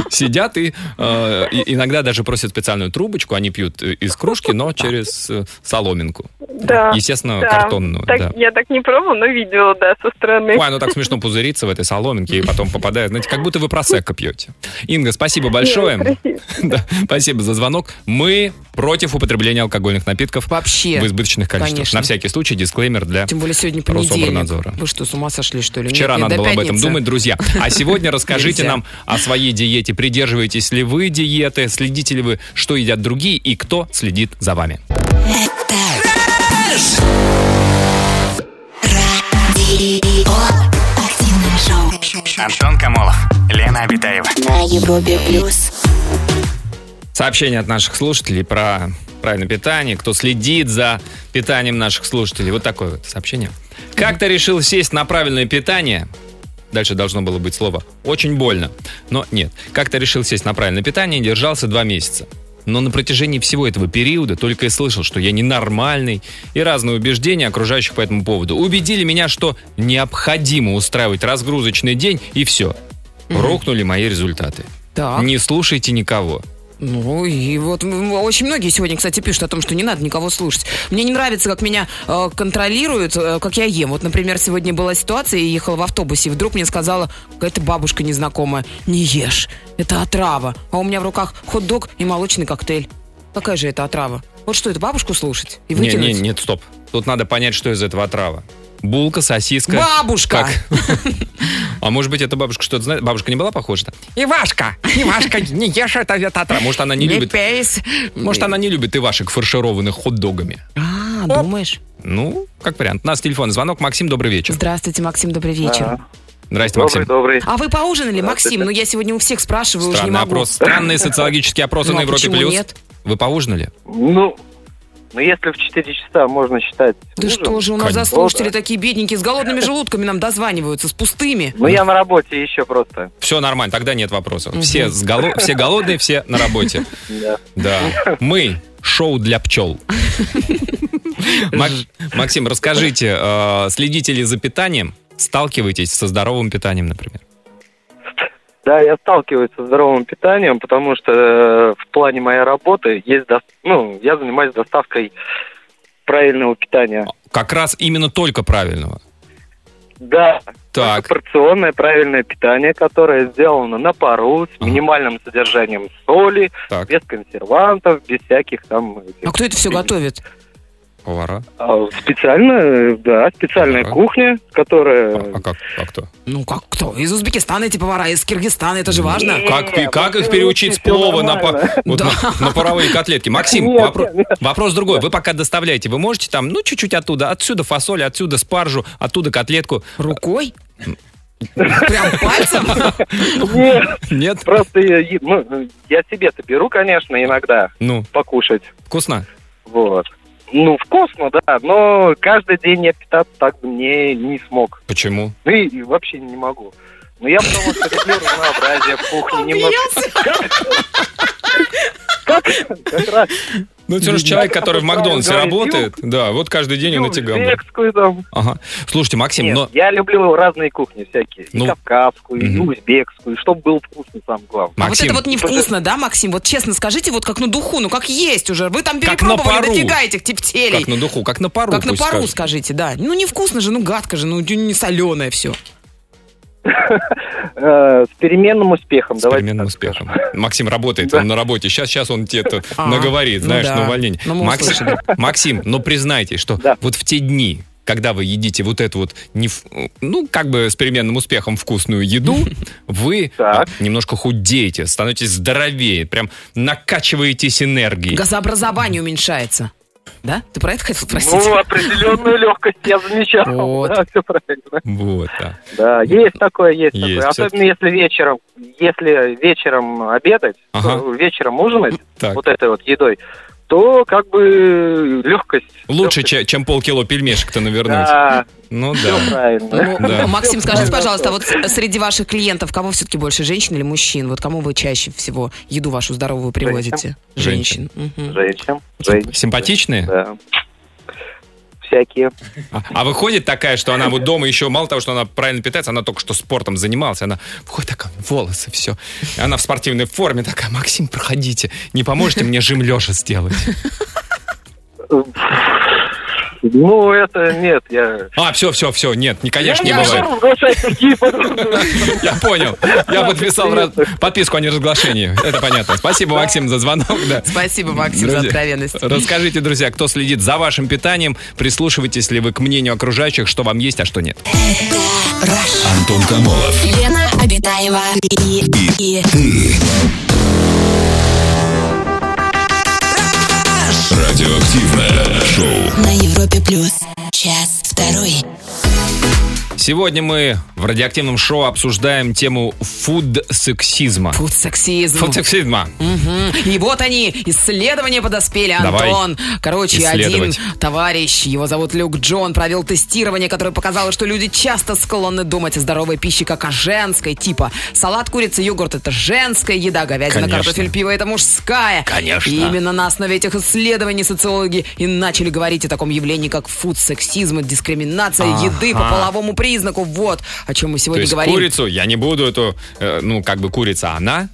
[SPEAKER 3] сидят и э, и- иногда даже просят специальную трубочку, они пьют э, из кружки, но через э, соломинку.
[SPEAKER 10] напиток. Да,
[SPEAKER 3] Естественно,
[SPEAKER 10] да.
[SPEAKER 3] картонную.
[SPEAKER 10] Так,
[SPEAKER 3] а, да.
[SPEAKER 10] Я так не пробовала, но видела, да, со стороны.
[SPEAKER 3] Ой, оно так смешно пузырится в этой соломинке и потом попадает. Знаете, как будто вы просекко пьете. Инга, спасибо
[SPEAKER 10] Не,
[SPEAKER 3] большое.
[SPEAKER 10] красиво.
[SPEAKER 3] Да, спасибо за звонок. Мы против употребления алкогольных напитков
[SPEAKER 4] Вообще.
[SPEAKER 3] в избыточных количествах.
[SPEAKER 4] конечно.
[SPEAKER 3] На всякий случай дисклеймер для...
[SPEAKER 4] Тем более сегодня понедельник.
[SPEAKER 3] Рособорнадзора.
[SPEAKER 4] Вы что, с ума сошли, что ли?
[SPEAKER 3] Вчера
[SPEAKER 4] Нет, нет,
[SPEAKER 3] надо
[SPEAKER 4] до
[SPEAKER 3] было об этом
[SPEAKER 4] пятницы.
[SPEAKER 3] думать, друзья. А сегодня расскажите
[SPEAKER 4] Нельзя.
[SPEAKER 3] нам о своей диете. Придерживаетесь ли вы диеты? Следите ли вы, что едят другие и кто следит за вами?
[SPEAKER 1] Радио. Активное шоу.
[SPEAKER 5] Антон Камолов, Лена Обитаева.
[SPEAKER 1] На Европе плюс.
[SPEAKER 3] Сообщение от наших слушателей про правильное питание, кто следит за питанием наших слушателей. Вот такое вот сообщение. Как-то решил сесть на правильное питание. Дальше должно было быть слово «очень больно». Но нет. Как-то решил сесть на правильное питание, держался два месяца. Но на протяжении всего этого периода только и слышал, что я ненормальный, и разные убеждения окружающих по этому поводу убедили меня, что необходимо устраивать разгрузочный день, и все.
[SPEAKER 4] Мгм. А?
[SPEAKER 3] Рухнули мои результаты.
[SPEAKER 4] Так.
[SPEAKER 3] Не слушайте никого.
[SPEAKER 4] Ну и вот м, очень многие сегодня, кстати, пишут о том, что не надо никого слушать. Мне не нравится, как меня э, контролируют, э, как я ем. Вот, например, сегодня была ситуация, я ехала в автобусе, и вдруг мне сказала какая-то бабушка незнакомая, не ешь, это отрава. А у меня в руках хот-дог и молочный коктейль. Какая же это отрава? Вот что это, бабушку слушать и
[SPEAKER 3] Нет,
[SPEAKER 4] выкинуть?
[SPEAKER 3] нет, нет, стоп. Тут надо понять, что из этого отрава. Булка, сосиска.
[SPEAKER 4] Бабушка!
[SPEAKER 3] Как? А может быть, эта бабушка что-то знает? Бабушка не была похожа? Ивашка! Ивашка, не ешь это, это отрава. Может, она не любит...
[SPEAKER 4] пейс.
[SPEAKER 3] Может, она не любит Ивашек, фаршированных хот-догами.
[SPEAKER 4] А, думаешь?
[SPEAKER 3] Ну, как вариант. У нас телефон, звонок. Максим, добрый вечер.
[SPEAKER 4] Здравствуйте, Максим, добрый вечер.
[SPEAKER 3] Здрасте,
[SPEAKER 11] Добрый,
[SPEAKER 3] Максим.
[SPEAKER 11] добрый.
[SPEAKER 4] А вы поужинали, Максим? Ну, я сегодня у всех спрашиваю, уже не
[SPEAKER 3] Странный
[SPEAKER 4] могу.
[SPEAKER 3] опрос. Странные социологические опросы
[SPEAKER 4] Ну,
[SPEAKER 3] на
[SPEAKER 4] а
[SPEAKER 3] Европе+.
[SPEAKER 4] почему
[SPEAKER 3] плюс.
[SPEAKER 4] нет?
[SPEAKER 3] Вы поужинали?
[SPEAKER 11] Ну, ну, если в 4 часа можно считать
[SPEAKER 4] Да
[SPEAKER 11] ужин.
[SPEAKER 4] что же у нас за
[SPEAKER 3] Конечно.
[SPEAKER 4] слушатели такие бедненькие, с голодными желудками нам дозваниваются, с пустыми.
[SPEAKER 11] Ну, я на работе еще просто.
[SPEAKER 3] Все нормально, тогда нет вопросов.
[SPEAKER 4] Мгм.
[SPEAKER 3] Все, с голо- все голодные, все на работе.
[SPEAKER 11] Да.
[SPEAKER 3] Да. Мы шоу для пчел. Мак- Максим, расскажите, э, следите ли за питанием? Сталкиваетесь со здоровым питанием, например?
[SPEAKER 11] Да, я сталкиваюсь со здоровым питанием, потому что э, в плане моей работы есть, дос- ну, я занимаюсь доставкой правильного питания.
[SPEAKER 3] Как раз именно только правильного.
[SPEAKER 11] Да,
[SPEAKER 3] Так,
[SPEAKER 11] это порционное правильное питание, которое сделано на пару, с
[SPEAKER 3] Ага.
[SPEAKER 11] минимальным содержанием соли,
[SPEAKER 3] так,
[SPEAKER 11] без консервантов, без всяких там...
[SPEAKER 4] А
[SPEAKER 11] этих.
[SPEAKER 4] кто это все готовит?
[SPEAKER 3] повара.
[SPEAKER 11] А, Специально, э, да, специальная
[SPEAKER 3] Ага.
[SPEAKER 11] кухня, которая...
[SPEAKER 3] А как, как то?
[SPEAKER 4] Ну как кто? Из Узбекистана эти повара, из Киргизстана, это же важно.
[SPEAKER 11] Не,
[SPEAKER 3] Как, пи- как их
[SPEAKER 11] вообще
[SPEAKER 3] переучить с
[SPEAKER 11] всё
[SPEAKER 3] плова на, па-
[SPEAKER 11] нормально.
[SPEAKER 3] вот на- на паровые котлетки? Максим,
[SPEAKER 11] Нет,
[SPEAKER 3] вопро-
[SPEAKER 11] нет, нет.
[SPEAKER 3] вопрос другой. Вы пока доставляете, вы можете там, ну, чуть-чуть оттуда, отсюда фасоль, отсюда спаржу, оттуда котлетку?
[SPEAKER 4] Рукой? Прям пальцем?
[SPEAKER 11] Нет,
[SPEAKER 3] Нет?
[SPEAKER 11] Просто я, е- ну, я себе-то беру, конечно, иногда
[SPEAKER 3] Ну,
[SPEAKER 11] покушать.
[SPEAKER 3] вкусно?
[SPEAKER 11] Вот. Ну, вкусно, да, но каждый день я питаться так мне не смог.
[SPEAKER 3] Почему?
[SPEAKER 11] Ну и, и вообще не могу. Но я потому что люблю разнообразие в кухне немножко. Как, как раз
[SPEAKER 3] Ну, это же человек, который в Макдональдсе
[SPEAKER 11] Говорит,
[SPEAKER 3] работает. Да, вот каждый день он
[SPEAKER 4] Ну,
[SPEAKER 11] люблю
[SPEAKER 3] эти гамбургеры.
[SPEAKER 11] узбекскую там.
[SPEAKER 3] Ага. Слушайте, Максим,
[SPEAKER 11] Нет,
[SPEAKER 4] А
[SPEAKER 3] но...
[SPEAKER 11] я люблю разные кухни всякие. И
[SPEAKER 3] Ну.
[SPEAKER 11] кавказскую, и
[SPEAKER 3] Мгм.
[SPEAKER 11] узбекскую, чтобы был вкусно, самое главное.
[SPEAKER 4] А вот это
[SPEAKER 3] Максим,
[SPEAKER 4] вот невкусно, да, Максим? Вот честно скажите, вот как на духу, ну как есть уже. Вы там
[SPEAKER 3] Как на
[SPEAKER 4] перепробовали
[SPEAKER 3] пару.
[SPEAKER 4] дофига этих тептелей.
[SPEAKER 3] как на духу, как на пару.
[SPEAKER 4] Как на
[SPEAKER 3] пусть
[SPEAKER 4] пару,
[SPEAKER 3] скажут.
[SPEAKER 4] скажите, да. Ну невкусно же, ну гадко же, ну не соленое все.
[SPEAKER 11] Э, с переменным успехом.
[SPEAKER 3] С
[SPEAKER 11] давайте
[SPEAKER 3] переменным
[SPEAKER 11] так скажем.
[SPEAKER 3] успехом. Максим работает,
[SPEAKER 11] Да.
[SPEAKER 3] он на работе. Сейчас, сейчас он тебе это
[SPEAKER 4] А,
[SPEAKER 3] наговорит,
[SPEAKER 4] ну
[SPEAKER 3] знаешь,
[SPEAKER 4] да.
[SPEAKER 3] на увольнение.
[SPEAKER 4] Ну, мы
[SPEAKER 3] Максим,
[SPEAKER 4] услышали.
[SPEAKER 3] Максим, но признайтесь, что
[SPEAKER 11] Да.
[SPEAKER 3] вот в те дни, когда вы едите вот эту вот, не, в- ну, как бы с переменным успехом вкусную еду, вы а,
[SPEAKER 11] Так.
[SPEAKER 3] немножко худеете, становитесь здоровее, прям накачиваетесь энергией.
[SPEAKER 4] Газообразование уменьшается. Да? Ты про это хотел спросить?
[SPEAKER 11] Ну, определенную легкость я замечал.
[SPEAKER 3] Вот.
[SPEAKER 11] Да, все правильно.
[SPEAKER 3] Вот, да.
[SPEAKER 11] Да, есть такое, есть,
[SPEAKER 3] Есть
[SPEAKER 11] такое. Особенно если вечером, если вечером обедать,
[SPEAKER 3] Ага.
[SPEAKER 11] э, вечером ужинать,
[SPEAKER 3] Так.
[SPEAKER 11] вот этой вот едой, то как бы легкость.
[SPEAKER 3] Лучше,
[SPEAKER 11] легкость.
[SPEAKER 3] че- чем полкило пельмешек-то навернуть.
[SPEAKER 11] Да,
[SPEAKER 3] Ну
[SPEAKER 11] все
[SPEAKER 3] да.
[SPEAKER 11] правильно.
[SPEAKER 4] Ну,
[SPEAKER 3] Да.
[SPEAKER 4] Максим, скажите, пожалуйста, а вот с- среди ваших клиентов кого все-таки больше, женщин или мужчин? Вот кому вы чаще всего еду вашу здоровую привозите?
[SPEAKER 3] Женщин.
[SPEAKER 4] Мгм.
[SPEAKER 11] Женщин, женщин.
[SPEAKER 3] Симпатичные?
[SPEAKER 11] Да. Всякие.
[SPEAKER 3] А, а выходит такая, что она вот дома еще, мало того, что она правильно питается, она только что спортом занималась, она выходит такая, волосы, все. Она в спортивной форме такая, Максим, проходите, не поможете мне жим лежа сделать?
[SPEAKER 11] Ну, это нет, я...
[SPEAKER 3] А, все, все, все, нет, не, конечно, не
[SPEAKER 11] Я
[SPEAKER 3] бывает.
[SPEAKER 11] разглашать такие подробности.
[SPEAKER 3] Я понял. Я подписал раз- подписку о неразглашении. Это понятно. Спасибо, Максим, за звонок. да.
[SPEAKER 4] Спасибо, Максим, за
[SPEAKER 3] Друзья, Э,
[SPEAKER 4] откровенность.
[SPEAKER 3] Расскажите, друзья, кто следит за вашим питанием, прислушиваетесь ли вы к мнению окружающих, что вам есть, а что нет.
[SPEAKER 2] Антон Камолов.
[SPEAKER 1] Лена Обитаева и, и,
[SPEAKER 2] Радиоактивное шоу.
[SPEAKER 1] на Европе плюс. Час второй.
[SPEAKER 3] Сегодня мы в радиоактивном шоу обсуждаем тему фуд-сексизма.
[SPEAKER 4] Фу, ну, сексизм.
[SPEAKER 3] Фуд-сексизма.
[SPEAKER 4] Мгм. И вот они, исследования подоспели,
[SPEAKER 3] Давай.
[SPEAKER 4] Антон. Короче, один
[SPEAKER 3] Исследовать.
[SPEAKER 4] товарищ, его зовут Люк Джон, провел тестирование, которое показало, что люди часто склонны думать о здоровой пище как о женской, типа салат, курица, йогурт – это женская еда, говядина,
[SPEAKER 3] Конечно.
[SPEAKER 4] картофель, пиво – это мужская.
[SPEAKER 3] Конечно.
[SPEAKER 4] И именно на основе этих исследований социологи и начали говорить о таком явлении, как фуд-сексизм, дискриминация еды по половому признаку. Вот о чем мы
[SPEAKER 3] То
[SPEAKER 4] сегодня
[SPEAKER 3] есть
[SPEAKER 4] говорим.
[SPEAKER 3] курицу, я не буду эту, э, ну, как бы курица, она...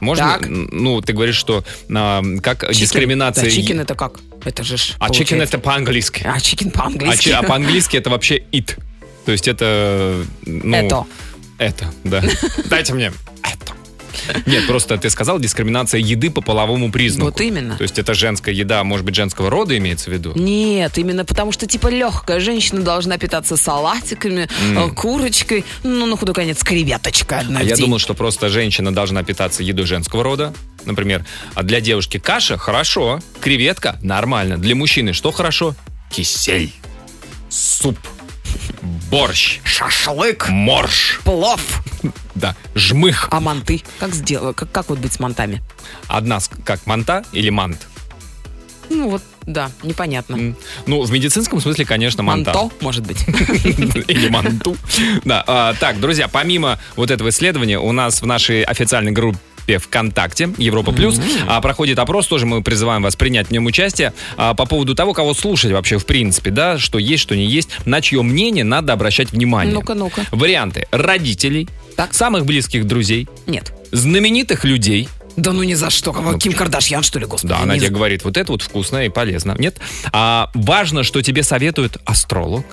[SPEAKER 3] Можно,
[SPEAKER 4] Так.
[SPEAKER 3] н- ну, ты говоришь, что а, как
[SPEAKER 4] Чикен.
[SPEAKER 3] дискриминация...
[SPEAKER 4] Да,
[SPEAKER 3] е-
[SPEAKER 4] чикен – это как? Это же ж
[SPEAKER 3] А чикен
[SPEAKER 4] получается.
[SPEAKER 3] это по-английски.
[SPEAKER 4] А чикен
[SPEAKER 3] А,
[SPEAKER 4] по-английски.
[SPEAKER 3] че- а по-английски это вообще it. То есть это... Ну,
[SPEAKER 4] Это.
[SPEAKER 3] Это, да. Дайте мне это. Нет, просто ты сказал дискриминация еды по половому признаку.
[SPEAKER 4] Вот именно.
[SPEAKER 3] ну, То есть это женская еда, может быть, женского рода имеется в виду?
[SPEAKER 4] Нет, именно потому что, типа, легкая женщина должна питаться салатиками, э, курочкой, ну, на худой конец, креветочка одна
[SPEAKER 3] А
[SPEAKER 4] в
[SPEAKER 3] я
[SPEAKER 4] день.
[SPEAKER 3] думал, что просто женщина должна питаться едой женского рода. Например, а для девушки каша – хорошо, креветка – нормально. Для мужчины что хорошо? Кисель, суп, борщ, шашлык, морж,
[SPEAKER 4] Плов,
[SPEAKER 3] да, жмых.
[SPEAKER 4] а манты? Как, сдел... как, как вот быть с мантами?
[SPEAKER 3] Одна с- как манта или мант?
[SPEAKER 4] Ну, вот, да, непонятно.
[SPEAKER 3] М. Ну, в медицинском смысле, конечно, манта.
[SPEAKER 4] Манто, может быть.
[SPEAKER 3] Или манту. Да, а, так, друзья, помимо вот этого исследования, у нас в нашей официальной группе ВКонтакте Европа Плюс а, проходит опрос, тоже мы призываем вас принять в нем участие а, по поводу того, кого слушать вообще в принципе, да, что есть, что не есть, на чье мнение надо обращать внимание.
[SPEAKER 4] Ну-ка, ну-ка.
[SPEAKER 3] Варианты родителей,
[SPEAKER 4] Так.
[SPEAKER 3] самых близких друзей,
[SPEAKER 4] Нет.
[SPEAKER 3] знаменитых людей.
[SPEAKER 4] Да ну ни за что. Как-
[SPEAKER 3] Ну,
[SPEAKER 4] Ким Кардашьян, что ли, господи?
[SPEAKER 3] Да, она
[SPEAKER 4] ни
[SPEAKER 3] тебе
[SPEAKER 4] за-
[SPEAKER 3] говорит, вот это вот вкусно и полезно. Нет? А, важно, что тебе советует астролог.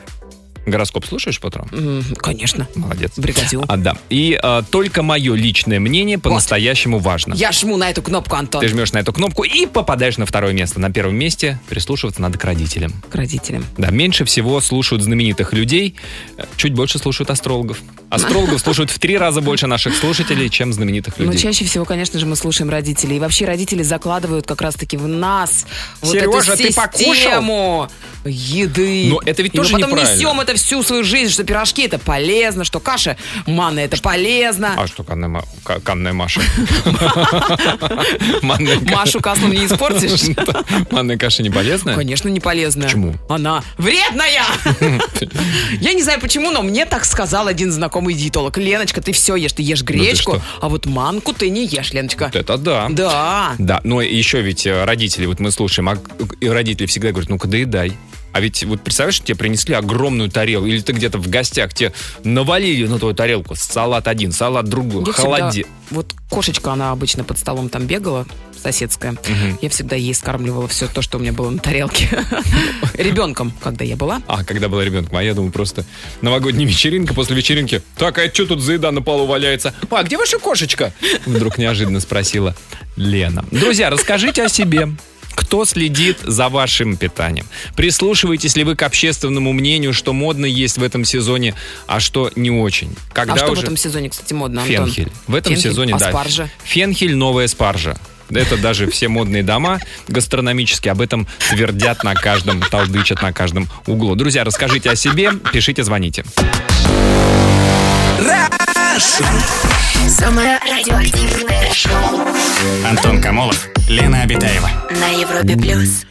[SPEAKER 3] Гороскоп слушаешь по утрам?
[SPEAKER 4] М, Конечно.
[SPEAKER 3] Молодец.
[SPEAKER 4] Бригадил.
[SPEAKER 3] А, да. И а, только мое личное мнение по-настоящему важно.
[SPEAKER 4] Я жму на эту кнопку, Антон.
[SPEAKER 3] Ты жмешь на эту кнопку и попадаешь на второе место. На первом месте прислушиваться надо к родителям.
[SPEAKER 4] К родителям.
[SPEAKER 3] Да, меньше всего слушают знаменитых людей, э, чуть больше слушают астрологов. Астрологов слушают в три раза больше наших слушателей, чем знаменитых
[SPEAKER 4] Но
[SPEAKER 3] людей.
[SPEAKER 4] Ну, чаще всего, конечно же, мы слушаем родителей. И вообще родители закладывают как раз-таки в нас вот
[SPEAKER 3] Сережа,
[SPEAKER 4] эту
[SPEAKER 3] ты покушал?
[SPEAKER 4] систему еды.
[SPEAKER 3] Но это ведь
[SPEAKER 4] И
[SPEAKER 3] тоже
[SPEAKER 4] мы потом
[SPEAKER 3] неправильно.
[SPEAKER 4] несем это всю свою жизнь, что пирожки это полезно, что каша манна это полезно.
[SPEAKER 3] А что канная, Ма- Ка- канная Маша? Манная ка-
[SPEAKER 4] Машу каслом не испортишь?
[SPEAKER 3] Манная каша не полезная?
[SPEAKER 4] Конечно, не полезная.
[SPEAKER 3] Почему?
[SPEAKER 4] Она вредная! Я не знаю почему, но мне так сказал один знакомый диетолог. Леночка, ты все ешь, ты ешь
[SPEAKER 3] Ну, ты
[SPEAKER 4] гречку,
[SPEAKER 3] что?
[SPEAKER 4] а вот манку ты не ешь, Леночка.
[SPEAKER 3] Вот Это а? да.
[SPEAKER 4] Да.
[SPEAKER 3] Да, но еще ведь э, родители, вот мы слушаем, а к- и родители всегда говорят, ну-ка доедай. А ведь вот представляешь, тебе принесли огромную тарелку, или ты где-то в гостях, тебе навалили на твою тарелку салат один, салат другой,
[SPEAKER 4] Я
[SPEAKER 3] холоди.
[SPEAKER 4] всегда- вот кошечка, она обычно под столом там бегала, соседская. Я всегда ей скармливала все то, что у меня было на тарелке. Ребенком, когда я была.
[SPEAKER 3] А, когда была ребенком, а я думаю, просто новогодняя вечеринка, после вечеринки, так, а что тут за еда на полу валяется? А, где ваша кошечка? Вдруг неожиданно спросила Лена. Друзья, расскажите о себе. Кто следит за вашим питанием? Прислушиваетесь ли вы к общественному мнению, что модно есть в этом сезоне, а что не очень? Когда
[SPEAKER 4] А что в
[SPEAKER 3] уже
[SPEAKER 4] этом сезоне, кстати, модно, Антон?
[SPEAKER 3] фенхель? В этом
[SPEAKER 4] Фенхель?
[SPEAKER 3] сезоне, да.
[SPEAKER 4] А спаржа?
[SPEAKER 3] Фенхель новая спаржа. Это даже все модные дома гастрономические об этом твердят на каждом, толдычат на каждом углу. Друзья, расскажите о себе, пишите, звоните.
[SPEAKER 1] Самое радиоактивное шоу
[SPEAKER 5] Антон Камолов, Лена Обитаева.
[SPEAKER 1] на Европе плюс.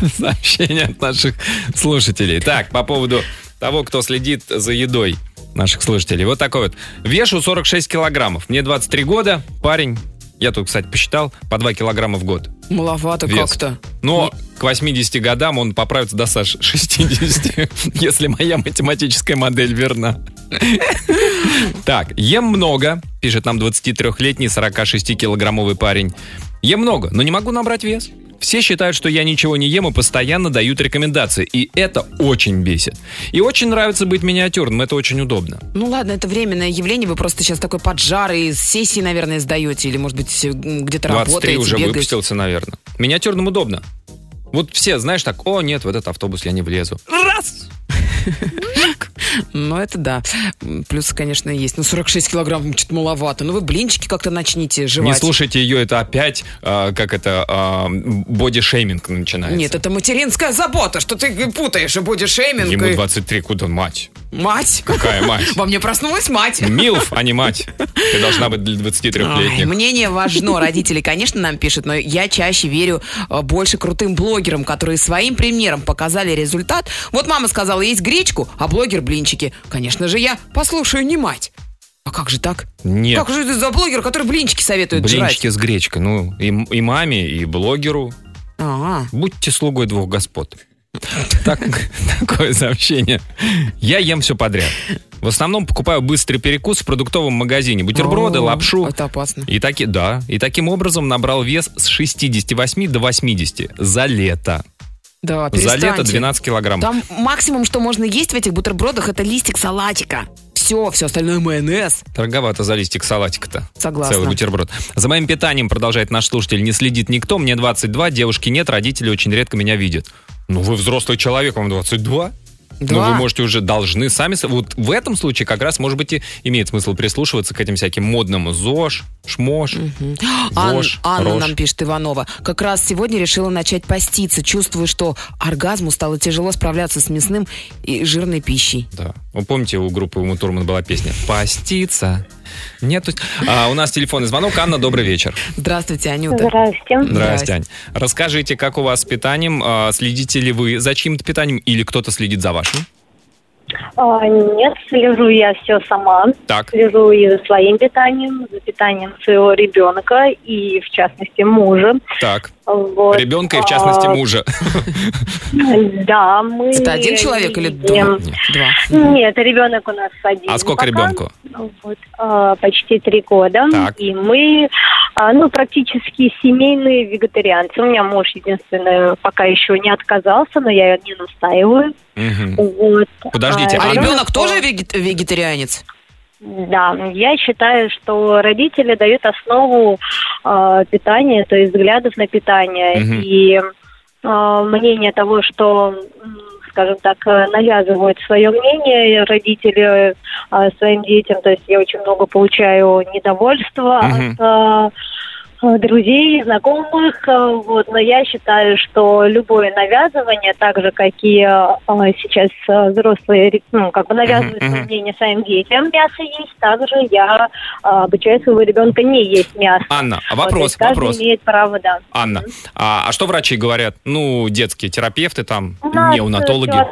[SPEAKER 3] Сообщения от наших слушателей. Так, по поводу того, кто следит за едой наших слушателей. Вот такой вот. Вешу 46 килограммов. Мне 23 года, парень... Я тут, кстати, посчитал, по 2 килограмма в год.
[SPEAKER 4] Маловато
[SPEAKER 3] Вес.
[SPEAKER 4] как-то.
[SPEAKER 3] Но к 80 годам он поправится до Саш 60, если моя математическая модель верна. Так, ем много, пишет нам 23-летний 46-килограммовый парень. Ем много, но не могу набрать вес. Все считают, что я ничего не ем и постоянно дают рекомендации. И это очень бесит. И очень нравится быть миниатюрным, это очень удобно.
[SPEAKER 4] Ну ладно, это временное явление. Вы просто сейчас такой поджар и с сессии, наверное, сдаете. Или, может быть, м, где-то
[SPEAKER 3] 23
[SPEAKER 4] работаете,
[SPEAKER 3] уже
[SPEAKER 4] бегаете.
[SPEAKER 3] выпустился, наверное. Миниатюрным удобно. Вот все, знаешь, так, о, нет, в этот автобус я не влезу.
[SPEAKER 4] Ну, это да. М, Плюсы, конечно, есть. Ну, 46 килограмм м, что-то маловато. Ну, вы блинчики как-то начните жевать.
[SPEAKER 3] Не слушайте ее, это опять, а, как это, а, бодишейминг начинается.
[SPEAKER 4] Нет, это материнская забота, что ты путаешь и будешь шейминг.
[SPEAKER 3] Ему
[SPEAKER 4] и-
[SPEAKER 3] 23, куда он мать?
[SPEAKER 4] Мать!
[SPEAKER 3] Какая мать?
[SPEAKER 4] Во мне проснулась мать.
[SPEAKER 3] Милф, а не мать. Ты должна быть для
[SPEAKER 4] Ай,
[SPEAKER 3] 23-летних.
[SPEAKER 4] мнение важно. Родители, конечно, нам пишут, но я чаще верю э, больше крутым блогерам, которые своим примером показали результат. Вот мама сказала, есть гречку, а блогер блинчики. Конечно же, я послушаю не мать. А как же так?
[SPEAKER 3] Нет,
[SPEAKER 4] Как же это за блогер, который блинчики советует
[SPEAKER 3] блинчики
[SPEAKER 4] жрать?
[SPEAKER 3] с гречкой. Ну, и, и маме, и блогеру.
[SPEAKER 4] Ага.
[SPEAKER 3] Будьте слугой двух господ. Так, такое сообщение. Я ем все подряд. В основном покупаю быстрый перекус в продуктовом магазине. Бутерброды,
[SPEAKER 4] О,
[SPEAKER 3] лапшу.
[SPEAKER 4] Это опасно.
[SPEAKER 3] И таки, да, и таким образом набрал вес с 68 до 80 за лето.
[SPEAKER 4] Да,
[SPEAKER 3] За лето
[SPEAKER 4] перестаньте.
[SPEAKER 3] 12 килограммов.
[SPEAKER 4] Там максимум, что можно есть в этих бутербродах, это листик салатика. Все, все остальное майонез.
[SPEAKER 3] Дороговато за листик салатика-то.
[SPEAKER 4] Согласна.
[SPEAKER 3] Целый бутерброд. За моим питанием, продолжает наш слушатель, не следит никто. Мне 22, девушки нет, родители очень редко меня видят. Ну, вы взрослый человек, вам 22. Ну,
[SPEAKER 4] Да.
[SPEAKER 3] вы можете уже должны сами... с- Вот в этом случае как раз, может быть, и имеет смысл прислушиваться к этим всяким модным ЗОЖ, ШМОЖ,
[SPEAKER 4] Ан-
[SPEAKER 3] ВОЖ,
[SPEAKER 4] Анна
[SPEAKER 3] РОЖ.
[SPEAKER 4] нам пишет Иванова. Как раз сегодня решила начать поститься. Чувствую, что оргазму стало тяжело справляться с мясным и жирной пищей.
[SPEAKER 3] Да. Вы помните, у группы Уму Турман была песня «Поститься». Нет, то есть- а, у нас телефонный звонок. Анна, добрый вечер.
[SPEAKER 4] Здравствуйте, Анюта.
[SPEAKER 10] Здрасте.
[SPEAKER 3] Здрасте,
[SPEAKER 4] Здрасте.
[SPEAKER 3] Ань. Расскажите, как у вас с питанием? А, Следите ли вы за чьим-то питанием или кто-то следит за вашим?
[SPEAKER 10] А, Нет, слежу я все сама.
[SPEAKER 3] Так.
[SPEAKER 10] Слежу и за своим питанием, за питанием своего ребенка и, в частности, мужа.
[SPEAKER 3] Так,
[SPEAKER 10] Вот.
[SPEAKER 3] ребенка и в частности
[SPEAKER 10] А,
[SPEAKER 3] мужа.
[SPEAKER 10] Да, мы...
[SPEAKER 4] Ну. Это один человек или два?
[SPEAKER 10] едим.
[SPEAKER 4] Два.
[SPEAKER 10] Нет, ребенок у нас один.
[SPEAKER 3] А сколько
[SPEAKER 10] пока.
[SPEAKER 3] ребенку?
[SPEAKER 10] Вот, а, почти три года.
[SPEAKER 3] Так.
[SPEAKER 10] И мы, а, ну, практически семейные вегетарианцы. У меня муж, единственное, пока еще не отказался, но я не настаиваю.
[SPEAKER 3] Мгм.
[SPEAKER 10] Вот.
[SPEAKER 3] Подождите,
[SPEAKER 4] А
[SPEAKER 3] Анна-
[SPEAKER 4] ребенок тоже вегет- вегетарианец?
[SPEAKER 10] Да, я считаю, что родители дают основу э, питания, то есть взглядов на питание
[SPEAKER 3] Мгм.
[SPEAKER 10] и э, мнение того, что, м, скажем так, э, навязывают свое мнение родители э, своим детям. То есть я очень много получаю недовольства
[SPEAKER 3] Мгм.
[SPEAKER 10] от э, друзей, знакомых, э, вот, но я считаю, что любое навязывание, так же, как и э, сейчас э, взрослые, ре- ну, как бы навязывают
[SPEAKER 3] Мгм,
[SPEAKER 10] свое
[SPEAKER 3] мгм.
[SPEAKER 10] мнение своим детям мясо есть, также я а, обучаю своего ребенка не есть мясо.
[SPEAKER 3] Анна, а
[SPEAKER 10] Вот, то
[SPEAKER 3] вопрос,
[SPEAKER 10] есть каждый
[SPEAKER 3] вопрос.
[SPEAKER 10] имеет право, да.
[SPEAKER 3] Анна, а, а что врачи говорят? Ну, детские терапевты там,
[SPEAKER 10] нас,
[SPEAKER 3] неонатологи.
[SPEAKER 10] э,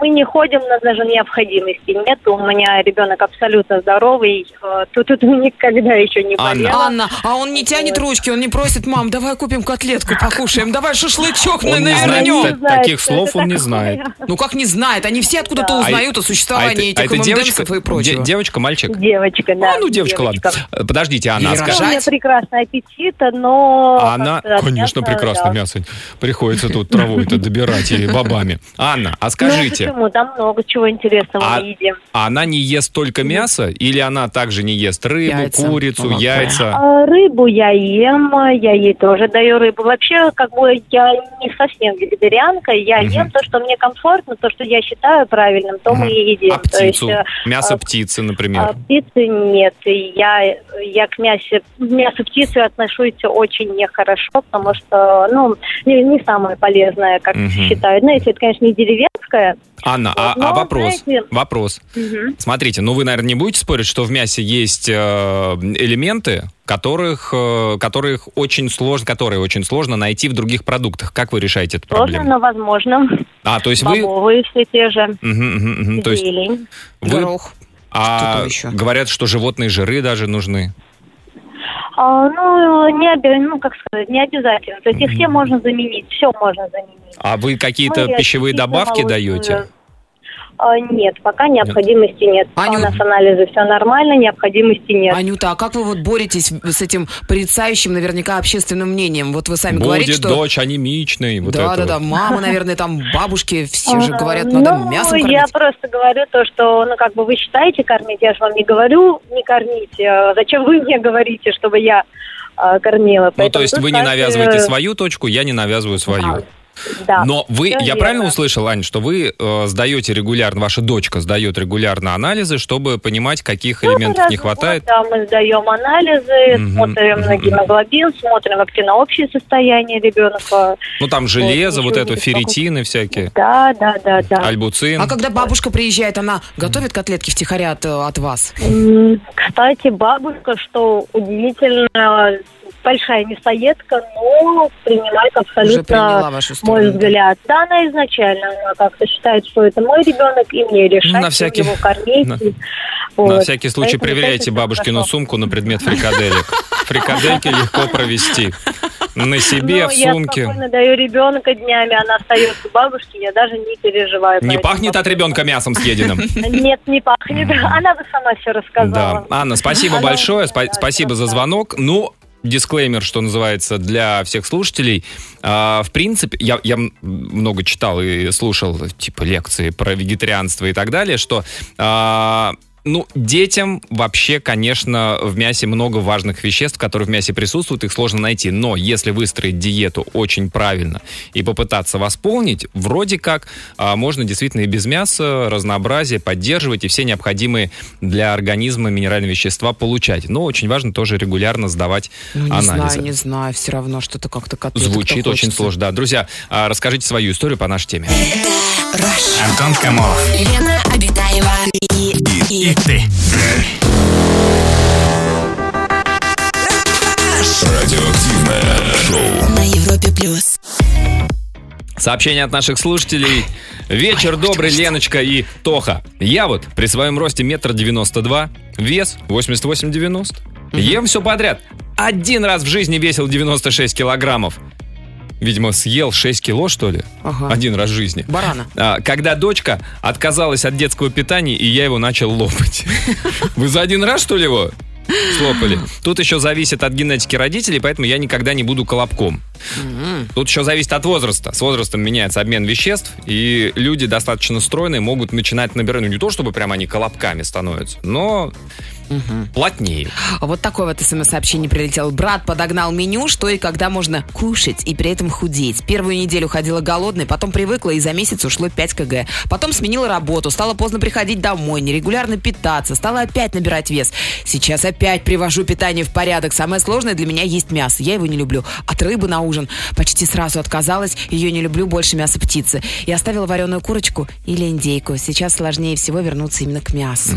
[SPEAKER 10] Мы не ходим, у нас даже необходимости нет. У меня ребенок абсолютно здоровый. э, Тут, тут никогда еще не
[SPEAKER 3] Анна.
[SPEAKER 10] болела.
[SPEAKER 4] Анна, а он не тянет ручки, он не просит, мам, давай купим котлетку, покушаем, давай шашлычок
[SPEAKER 3] Он
[SPEAKER 4] на
[SPEAKER 3] не
[SPEAKER 4] навернем.
[SPEAKER 3] знает.
[SPEAKER 10] Не знаю,
[SPEAKER 3] таких
[SPEAKER 10] что
[SPEAKER 3] слов
[SPEAKER 10] это
[SPEAKER 3] он не
[SPEAKER 10] такое.
[SPEAKER 3] знает.
[SPEAKER 4] Ну как не знает, они все откуда-то
[SPEAKER 3] Да.
[SPEAKER 4] узнают о
[SPEAKER 3] А
[SPEAKER 4] существовании
[SPEAKER 3] это, а
[SPEAKER 4] этих
[SPEAKER 3] это девочка,
[SPEAKER 4] ММДшков и прочего.
[SPEAKER 3] де- девочка, мальчик?
[SPEAKER 10] Девочка, да.
[SPEAKER 3] А, ну, девочка, ладно. Э, Подождите, Анна, а
[SPEAKER 4] Или
[SPEAKER 3] скажи-
[SPEAKER 4] рожать.
[SPEAKER 10] Ну, У меня прекрасный аппетит, но...
[SPEAKER 3] А она,
[SPEAKER 10] как-то
[SPEAKER 3] конечно,
[SPEAKER 10] мясо,
[SPEAKER 3] прекрасно
[SPEAKER 10] да.
[SPEAKER 3] мясо. Приходится тут траву это добирать и бобами. Анна, а скажите, ли?
[SPEAKER 10] Ну, Почему? Там много чего интересного
[SPEAKER 3] А-
[SPEAKER 10] мы едим.
[SPEAKER 3] А она не ест только мясо? Или она также не ест рыбу,
[SPEAKER 4] Яйца,
[SPEAKER 3] курицу,
[SPEAKER 4] молоко.
[SPEAKER 3] яйца?
[SPEAKER 10] А, Рыбу я ем, я ей тоже даю рыбу. Вообще, как бы я не совсем вегетарианка, я
[SPEAKER 3] Мгм.
[SPEAKER 10] ем то, что мне комфортно, то, что я считаю правильным, то
[SPEAKER 3] Мгм.
[SPEAKER 10] мы и едим.
[SPEAKER 3] А
[SPEAKER 10] То есть,
[SPEAKER 3] птицу?
[SPEAKER 10] э,
[SPEAKER 3] Мясо
[SPEAKER 10] а,
[SPEAKER 3] птицы,
[SPEAKER 10] А
[SPEAKER 3] например.
[SPEAKER 10] птицы нет. И Я, я к мясе, мясу птицы отношусь очень нехорошо, потому что, ну, не, не самое полезное, как
[SPEAKER 3] Мгм.
[SPEAKER 10] считают. Ну, если это, конечно, не деревенское.
[SPEAKER 3] Анна, а,
[SPEAKER 10] но,
[SPEAKER 3] а вопрос?
[SPEAKER 10] ну, знаете,
[SPEAKER 3] Вопрос.
[SPEAKER 10] мгм.
[SPEAKER 3] Смотрите, ну вы, наверное, не будете спорить, что в мясе есть э, элементы, которых, э, которых очень сложно, которые очень сложно найти в других продуктах. Как вы решаете эту
[SPEAKER 10] Сложно,
[SPEAKER 3] проблему?
[SPEAKER 10] но возможно.
[SPEAKER 3] А, то есть вы...
[SPEAKER 10] Бобовые все те же.
[SPEAKER 3] Мгм, мгм, мгм. То есть
[SPEAKER 10] Зелень.
[SPEAKER 3] вы...
[SPEAKER 4] Горох. что
[SPEAKER 3] А
[SPEAKER 4] там еще?
[SPEAKER 3] говорят, что животные жиры даже нужны.
[SPEAKER 10] А, ну, не, обе- ну, как сказать, не обязательно. То есть их
[SPEAKER 3] Мгм.
[SPEAKER 10] все можно заменить, все можно заменить.
[SPEAKER 3] А вы какие-то
[SPEAKER 10] Мы
[SPEAKER 3] пищевые
[SPEAKER 10] ячменную,
[SPEAKER 3] добавки
[SPEAKER 10] молочную.
[SPEAKER 3] даете?
[SPEAKER 10] А, нет, пока необходимости нет.
[SPEAKER 4] Аню-
[SPEAKER 10] У нас анализы все нормально, необходимости нет.
[SPEAKER 4] Анюта, а как вы вот боретесь с этим порицающим наверняка общественным мнением? Вот вы сами
[SPEAKER 3] Будет
[SPEAKER 4] говорите, что...
[SPEAKER 3] дочь анемичной. Вот Ну,
[SPEAKER 4] да,
[SPEAKER 3] это
[SPEAKER 4] да, да,
[SPEAKER 3] вот.
[SPEAKER 4] мама, наверное, там бабушки, все же
[SPEAKER 10] А,
[SPEAKER 4] говорят, надо
[SPEAKER 10] ну,
[SPEAKER 4] мясом кормить.
[SPEAKER 10] я просто говорю то, что, ну, как бы вы считаете кормить, я же вам не говорю не кормить. Э, Зачем вы мне говорите, чтобы я э, кормила?
[SPEAKER 3] Ну,
[SPEAKER 10] Поэтому
[SPEAKER 3] то есть
[SPEAKER 10] тут
[SPEAKER 3] вы не
[SPEAKER 10] каждый-
[SPEAKER 3] навязываете свою точку, я не навязываю свою.
[SPEAKER 10] Да.
[SPEAKER 3] Но вы,
[SPEAKER 10] всё
[SPEAKER 3] я
[SPEAKER 10] верно.
[SPEAKER 3] правильно услышал, Ань, что вы э, сдаете регулярно, ваша дочка сдает регулярно анализы, чтобы понимать, каких
[SPEAKER 10] Ну,
[SPEAKER 3] элементов
[SPEAKER 10] раз
[SPEAKER 3] не
[SPEAKER 10] в
[SPEAKER 3] хватает.
[SPEAKER 10] год, Да, мы сдаем анализы,
[SPEAKER 3] Мгм,
[SPEAKER 10] смотрим на
[SPEAKER 3] мгм,
[SPEAKER 10] гемоглобин, смотрим вообще на общее состояние ребенка.
[SPEAKER 3] Ну, там железо, вот
[SPEAKER 10] ничего
[SPEAKER 3] это,
[SPEAKER 10] не беспокоит.
[SPEAKER 3] ферритины всякие,
[SPEAKER 10] Да, да, да, да.
[SPEAKER 3] альбуцин.
[SPEAKER 4] А когда бабушка приезжает, она готовит котлетки втихаря от, э, от вас?
[SPEAKER 10] М, Кстати, бабушка, что удивительно, большая мясоедка, но принимает
[SPEAKER 4] Уже
[SPEAKER 10] абсолютно
[SPEAKER 4] приняла вашу сторону.
[SPEAKER 10] мой взгляд. Да, она изначально она как-то считает, что это мой ребенок, и мне решать,
[SPEAKER 3] на
[SPEAKER 10] чем
[SPEAKER 3] всякий-
[SPEAKER 10] его кормить.
[SPEAKER 3] на-
[SPEAKER 10] и-
[SPEAKER 3] Ну, На
[SPEAKER 10] вот.
[SPEAKER 3] всякий случай
[SPEAKER 10] Поэтому,
[SPEAKER 3] проверяйте
[SPEAKER 10] конечно,
[SPEAKER 3] бабушкину
[SPEAKER 10] хорошо.
[SPEAKER 3] сумку на предмет фрикаделек. Фрикадельки легко провести. На себе,
[SPEAKER 10] Но
[SPEAKER 3] в
[SPEAKER 10] Ну, я
[SPEAKER 3] сумке.
[SPEAKER 10] спокойно даю ребенка днями, она остается у бабушки, я даже не переживаю.
[SPEAKER 3] Не
[SPEAKER 10] поэтому-
[SPEAKER 3] пахнет от ребенка мясом съеденным?
[SPEAKER 10] Нет, не пахнет. Она бы сама
[SPEAKER 3] Да.
[SPEAKER 10] все рассказала.
[SPEAKER 3] Анна, спасибо
[SPEAKER 10] Она
[SPEAKER 3] большое.
[SPEAKER 10] умная,
[SPEAKER 3] спа-
[SPEAKER 10] да,
[SPEAKER 3] спасибо за
[SPEAKER 10] красавица.
[SPEAKER 3] звонок. Ну, дисклеймер, что называется, для всех слушателей. А, в принципе, я, я м- много читал и слушал, типа, лекции про вегетарианство и так далее, что... а, ну, детям вообще, конечно, в мясе много важных веществ, которые в мясе присутствуют, их сложно найти. Но если выстроить диету очень правильно и попытаться восполнить, вроде как а, можно действительно и без мяса разнообразие поддерживать и все необходимые для организма минеральные вещества получать. Но очень важно тоже регулярно сдавать
[SPEAKER 4] Ну, не
[SPEAKER 3] анализы.
[SPEAKER 4] знаю, не знаю, все равно что-то как-то котлеток-то
[SPEAKER 3] Звучит очень
[SPEAKER 4] хочется.
[SPEAKER 3] сложно. Да, друзья, а, расскажите свою историю по нашей теме.
[SPEAKER 5] Антон Камолов.
[SPEAKER 1] Лена Обитаева и,
[SPEAKER 5] И
[SPEAKER 1] и
[SPEAKER 5] ты.
[SPEAKER 2] Радиоактивное шоу.
[SPEAKER 1] на Европе плюс.
[SPEAKER 3] Сообщение от наших слушателей. Вечер добрый, Леночка и Тоха. Я вот при своем росте метр девяносто два, вес 88-90. Ем все подряд. Один раз в жизни весил 96 килограммов. Видимо, съел 6 кило, что ли?
[SPEAKER 4] Ага.
[SPEAKER 3] Один раз в жизни.
[SPEAKER 4] Барана.
[SPEAKER 3] А, Когда дочка отказалась от детского питания, и я его начал лопать. Вы за один раз, что ли, его слопали? Тут еще зависит от генетики родителей, поэтому я никогда не буду колобком.
[SPEAKER 4] М-м.
[SPEAKER 3] Тут еще зависит от возраста. С возрастом меняется обмен веществ, и люди достаточно стройные могут начинать набирать, ну не то чтобы прям они колобками становятся, но плотнее.
[SPEAKER 4] А Вот такое вот смс-сообщение прилетело. Брат подогнал меню, что и когда можно кушать и при этом худеть. Первую неделю ходила голодной, потом привыкла и за месяц ушло 5 кг. Потом сменила работу, стала поздно приходить домой, нерегулярно питаться, стала опять набирать вес. Сейчас опять привожу питание в порядок. Самое сложное для меня есть мясо. Я его не люблю. От рыбы на ужин почти сразу отказалась. Ее не люблю больше мяса птицы. И оставила вареную курочку или индейку. Сейчас сложнее всего вернуться именно к мясу.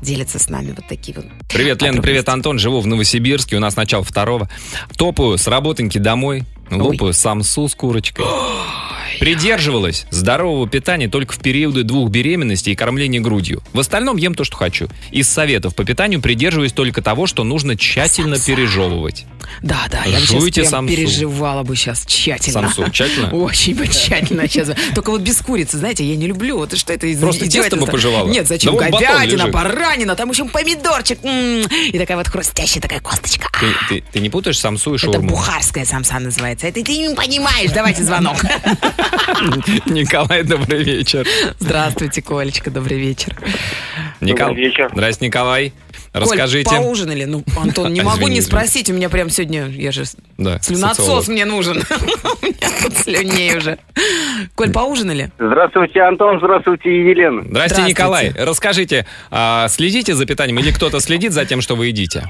[SPEAKER 4] Делятся с нами вот такие вот
[SPEAKER 3] Привет, Лен,
[SPEAKER 4] Подробности.
[SPEAKER 3] привет, Антон. Живу в Новосибирске, у нас начало второго. Топаю с работоньки домой, лопаю самсу с курочкой. Придерживалась здорового питания только в периоды двух беременностей и кормления грудью. В остальном ем то, что хочу. Из советов по питанию придерживаюсь только того, что нужно тщательно пережевывать.
[SPEAKER 4] Да, да, я бы сейчас
[SPEAKER 3] Жуйте
[SPEAKER 4] прям
[SPEAKER 3] самсу.
[SPEAKER 4] переживала бы сейчас тщательно.
[SPEAKER 3] Самсу, тщательно?
[SPEAKER 4] Очень бы тщательно сейчас. Только вот без курицы, знаете, я не люблю. Вот что это из-
[SPEAKER 3] Просто тесто
[SPEAKER 4] издевательство?
[SPEAKER 3] бы пожевала.
[SPEAKER 4] Нет, зачем?
[SPEAKER 3] Да вон батон
[SPEAKER 4] Говядина,
[SPEAKER 3] лежит.
[SPEAKER 4] баранина, там еще помидорчик. М, И такая вот хрустящая такая косточка. А,
[SPEAKER 3] Ты, ты- ты не путаешь самсу и
[SPEAKER 4] Это
[SPEAKER 3] шаурму?
[SPEAKER 4] бухарская самса называется. Это ты не понимаешь. Давайте звонок.
[SPEAKER 3] Николай, добрый вечер.
[SPEAKER 4] Здравствуйте, Колечка, добрый вечер.
[SPEAKER 3] Никол...
[SPEAKER 5] вечер.
[SPEAKER 3] Здрасте, Николай.
[SPEAKER 4] Коль,
[SPEAKER 3] Расскажите.
[SPEAKER 4] поужинали? Ну, Антон, не
[SPEAKER 3] Извини,
[SPEAKER 4] могу не
[SPEAKER 3] извини.
[SPEAKER 4] спросить. У меня прям сегодня, я же
[SPEAKER 3] Да, социолог.
[SPEAKER 4] слюнотсос мне нужен. У меня тут слюней уже. Коль, поужинали?
[SPEAKER 5] Здравствуйте, Антон, здравствуйте, Елена.
[SPEAKER 3] Здрасте,
[SPEAKER 4] Здравствуйте.
[SPEAKER 3] Николай. Расскажите, а, следите за питанием или кто-то следит за тем, что вы едите?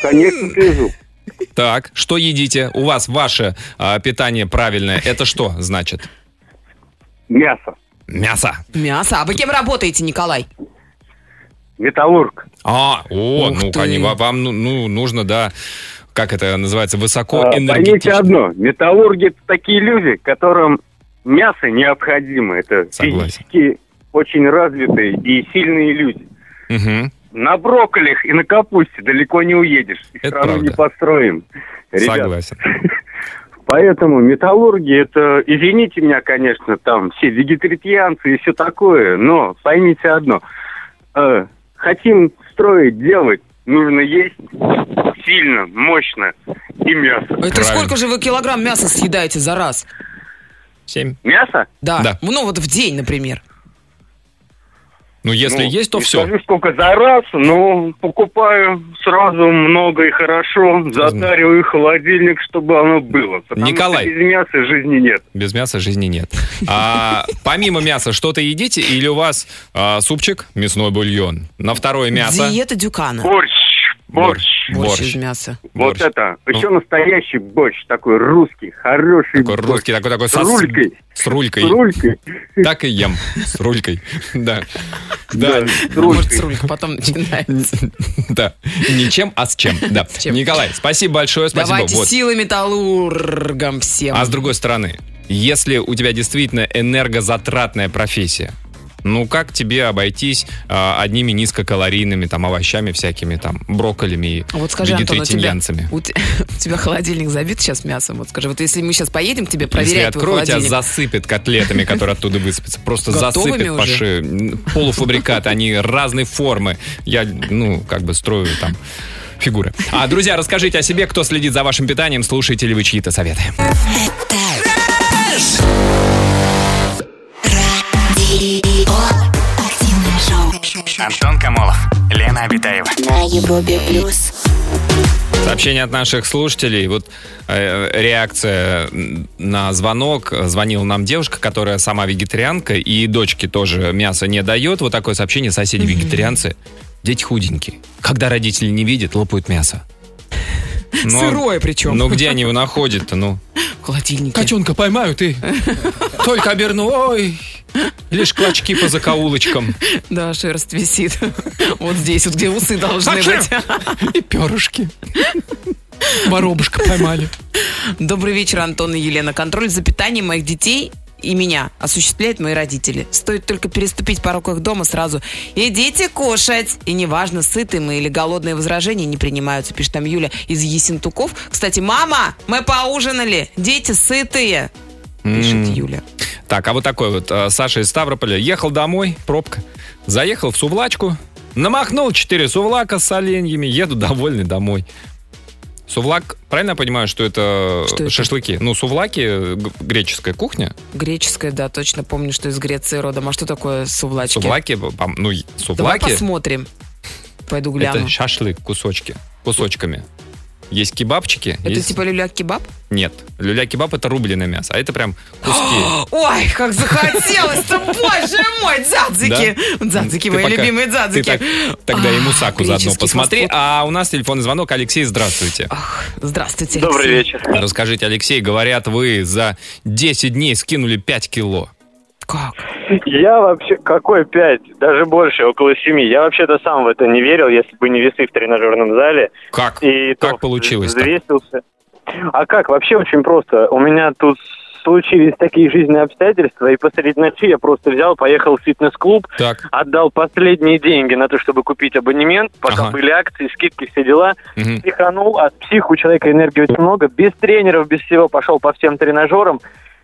[SPEAKER 5] Конечно, слежу.
[SPEAKER 3] Так, что едите? У вас ваше а, питание правильное. Это что значит?
[SPEAKER 5] Мясо.
[SPEAKER 3] Мясо.
[SPEAKER 4] Мясо. А вы кем работаете, Николай?
[SPEAKER 5] Металлург.
[SPEAKER 3] А, о,
[SPEAKER 4] Ух
[SPEAKER 3] ну,
[SPEAKER 4] ты.
[SPEAKER 3] они- ва- вам ну, ну, нужно, да, как это называется, высоко
[SPEAKER 5] А, Поймите
[SPEAKER 3] энергетично.
[SPEAKER 5] одно, металлурги это такие люди, которым мясо необходимо. Это
[SPEAKER 3] Согласен.
[SPEAKER 5] физически очень развитые и сильные люди.
[SPEAKER 3] Мгм.
[SPEAKER 5] На брокколях и на капусте далеко не уедешь. И
[SPEAKER 3] Это
[SPEAKER 5] страну не
[SPEAKER 3] правда.
[SPEAKER 5] построим. Ребят,
[SPEAKER 3] Согласен.
[SPEAKER 5] Поэтому металлурги, это, извините меня, конечно, там все вегетарианцы и все такое, но поймите одно. Э, хотим строить, делать, нужно есть сильно, мощно и мясо.
[SPEAKER 4] Это
[SPEAKER 3] Правильно.
[SPEAKER 4] сколько же вы килограмм мяса съедаете за раз?
[SPEAKER 3] Семь.
[SPEAKER 5] Мясо?
[SPEAKER 4] Да.
[SPEAKER 3] Да.
[SPEAKER 4] Ну, вот в день, например.
[SPEAKER 3] Ну, если
[SPEAKER 5] Ну,
[SPEAKER 3] есть, то
[SPEAKER 5] не
[SPEAKER 3] все.
[SPEAKER 5] Скажу, сколько за раз, но покупаю сразу много и хорошо, затариваю холодильник, чтобы оно было. потому
[SPEAKER 3] Николай.
[SPEAKER 5] что без мяса жизни нет.
[SPEAKER 3] Без мяса жизни нет. А помимо мяса что-то едите или у вас а, супчик, мясной бульон? На второе мясо.
[SPEAKER 4] Диета Дюкана.
[SPEAKER 5] Борщ, борщ.
[SPEAKER 4] Борщ
[SPEAKER 3] Борщ.
[SPEAKER 4] из мяса.
[SPEAKER 5] Вот
[SPEAKER 3] Борщ. Ну.
[SPEAKER 5] это. Еще настоящий борщ, такой русский, хороший
[SPEAKER 3] Такой
[SPEAKER 5] борщ.
[SPEAKER 3] русский, такой такой
[SPEAKER 5] С рулькой.
[SPEAKER 3] С рулькой.
[SPEAKER 5] С рулькой.
[SPEAKER 3] Так и ем. С рулькой. Да. Да.
[SPEAKER 5] с
[SPEAKER 4] А Может, с
[SPEAKER 5] рулькой.
[SPEAKER 4] рулькой потом начинается.
[SPEAKER 3] Да. Не чем, а с чем. Да.
[SPEAKER 4] чем.
[SPEAKER 3] Николай, спасибо большое. Спасибо.
[SPEAKER 4] Давайте
[SPEAKER 3] Вот.
[SPEAKER 4] силы металлургам всем.
[SPEAKER 3] А с другой стороны, если у тебя действительно энергозатратная профессия, ну как тебе обойтись а, одними низкокалорийными там овощами всякими там брокколями и
[SPEAKER 4] А Вот скажи, Антон, у тебя,
[SPEAKER 3] вегетарианцами?
[SPEAKER 4] у, те- у тебя холодильник забит сейчас мясом? Вот скажи, вот если мы сейчас поедем к тебе
[SPEAKER 3] Если
[SPEAKER 4] проверять твой
[SPEAKER 3] открою, тебя
[SPEAKER 4] холодильник.
[SPEAKER 3] а засыпет котлетами, которые оттуда высыпятся. Просто
[SPEAKER 4] Готовыми
[SPEAKER 3] засыпет по
[SPEAKER 4] уже?
[SPEAKER 3] шею. М, Полуфабрикаты, они разной формы. Я, ну, как бы строю там фигуры. А, друзья, расскажите о себе, кто следит за вашим питанием, слушаете ли вы чьи-то советы.
[SPEAKER 1] Радио. Активное шоу.
[SPEAKER 12] Антон Камолов, Лена Обитаева.
[SPEAKER 1] На Европе плюс.
[SPEAKER 3] Сообщение от наших слушателей. Вот э, реакция м, на звонок. Звонила нам девушка, которая сама вегетарианка, и дочке тоже мясо не дает. Вот такое сообщение. Соседи вегетарианцы. Дети худенькие. Когда родители не видят, лопают мясо. Ну,
[SPEAKER 4] Сырое причем.
[SPEAKER 3] Ну где они его находят-то, ну?
[SPEAKER 4] в холодильнике.
[SPEAKER 3] Котенка поймаю ты. Только оберну, ой. Лишь клочки по закоулочкам.
[SPEAKER 4] Да, шерсть висит. Вот здесь, вот где усы должны быть.
[SPEAKER 3] И перышки. Воробушка поймали.
[SPEAKER 4] Добрый вечер, Антон и Елена. Контроль за питанием моих детей и меня осуществляют мои родители. Стоит только переступить порог их дома сразу. Идите кушать! И неважно, сыты мы или голодные возражения не принимаются, пишет там Юля из Есентуков. Кстати, мама, мы поужинали! Дети сытые! Пишет Юля.
[SPEAKER 3] Так, а вот такой вот э, Саша из Ставрополя. Ехал домой, пробка. Заехал в сувлачку, намахнул 4 сувлака с оленьями, еду довольный домой. Сувлак, правильно я понимаю, что это
[SPEAKER 4] Что это?
[SPEAKER 3] шашлыки? Ну, сувлаки, э, г- греческая кухня.
[SPEAKER 4] Греческая, да, точно помню, что из Греции родом. А что такое сувлачки?
[SPEAKER 3] Сувлаки, пом- ну, и
[SPEAKER 4] Давай
[SPEAKER 3] сувлаки
[SPEAKER 4] посмотрим. Пойду гляну.
[SPEAKER 3] это шашлык, кусочки, кусочками. Есть кебабчики,
[SPEAKER 4] Это
[SPEAKER 3] есть-
[SPEAKER 4] типа люля-кебаб?
[SPEAKER 3] Нет, люля-кебаб это рубленое мясо, а это прям куски.
[SPEAKER 4] Ой, как захотелось-то, боже мой, дзадзики. Дзадзики,
[SPEAKER 3] Ты
[SPEAKER 4] мои
[SPEAKER 3] пока-
[SPEAKER 4] любимые дзадзики.
[SPEAKER 3] Ты так- тогда и
[SPEAKER 4] А,
[SPEAKER 3] мусаку заодно
[SPEAKER 4] греческий
[SPEAKER 3] посмотри.
[SPEAKER 4] фастфуд.
[SPEAKER 3] А у нас телефонный звонок. Алексей, здравствуйте.
[SPEAKER 4] Ах, здравствуйте.
[SPEAKER 5] Добрый
[SPEAKER 4] Алексей.
[SPEAKER 5] вечер.
[SPEAKER 3] Расскажите, Алексей, говорят, вы за 10 дней скинули 5 кило.
[SPEAKER 4] Как?
[SPEAKER 13] Я вообще... Какой пять? Даже больше, около семи. Я вообще-то сам в это не верил, если бы не весы в тренажерном зале.
[SPEAKER 3] Как?
[SPEAKER 13] И
[SPEAKER 3] Как
[SPEAKER 13] то
[SPEAKER 3] получилось-то?
[SPEAKER 13] Взвесился. А как? Вообще очень просто. У меня тут случились такие жизненные обстоятельства, и посреди ночи я просто взял, поехал в фитнес-клуб,
[SPEAKER 3] Так.
[SPEAKER 13] отдал последние деньги на то, чтобы купить абонемент, пока
[SPEAKER 3] Ага.
[SPEAKER 13] были акции, скидки, все дела.
[SPEAKER 3] Мгм.
[SPEAKER 13] Психанул, от псих у человека энергии очень много. Без тренеров, без всего пошел по всем тренажерам.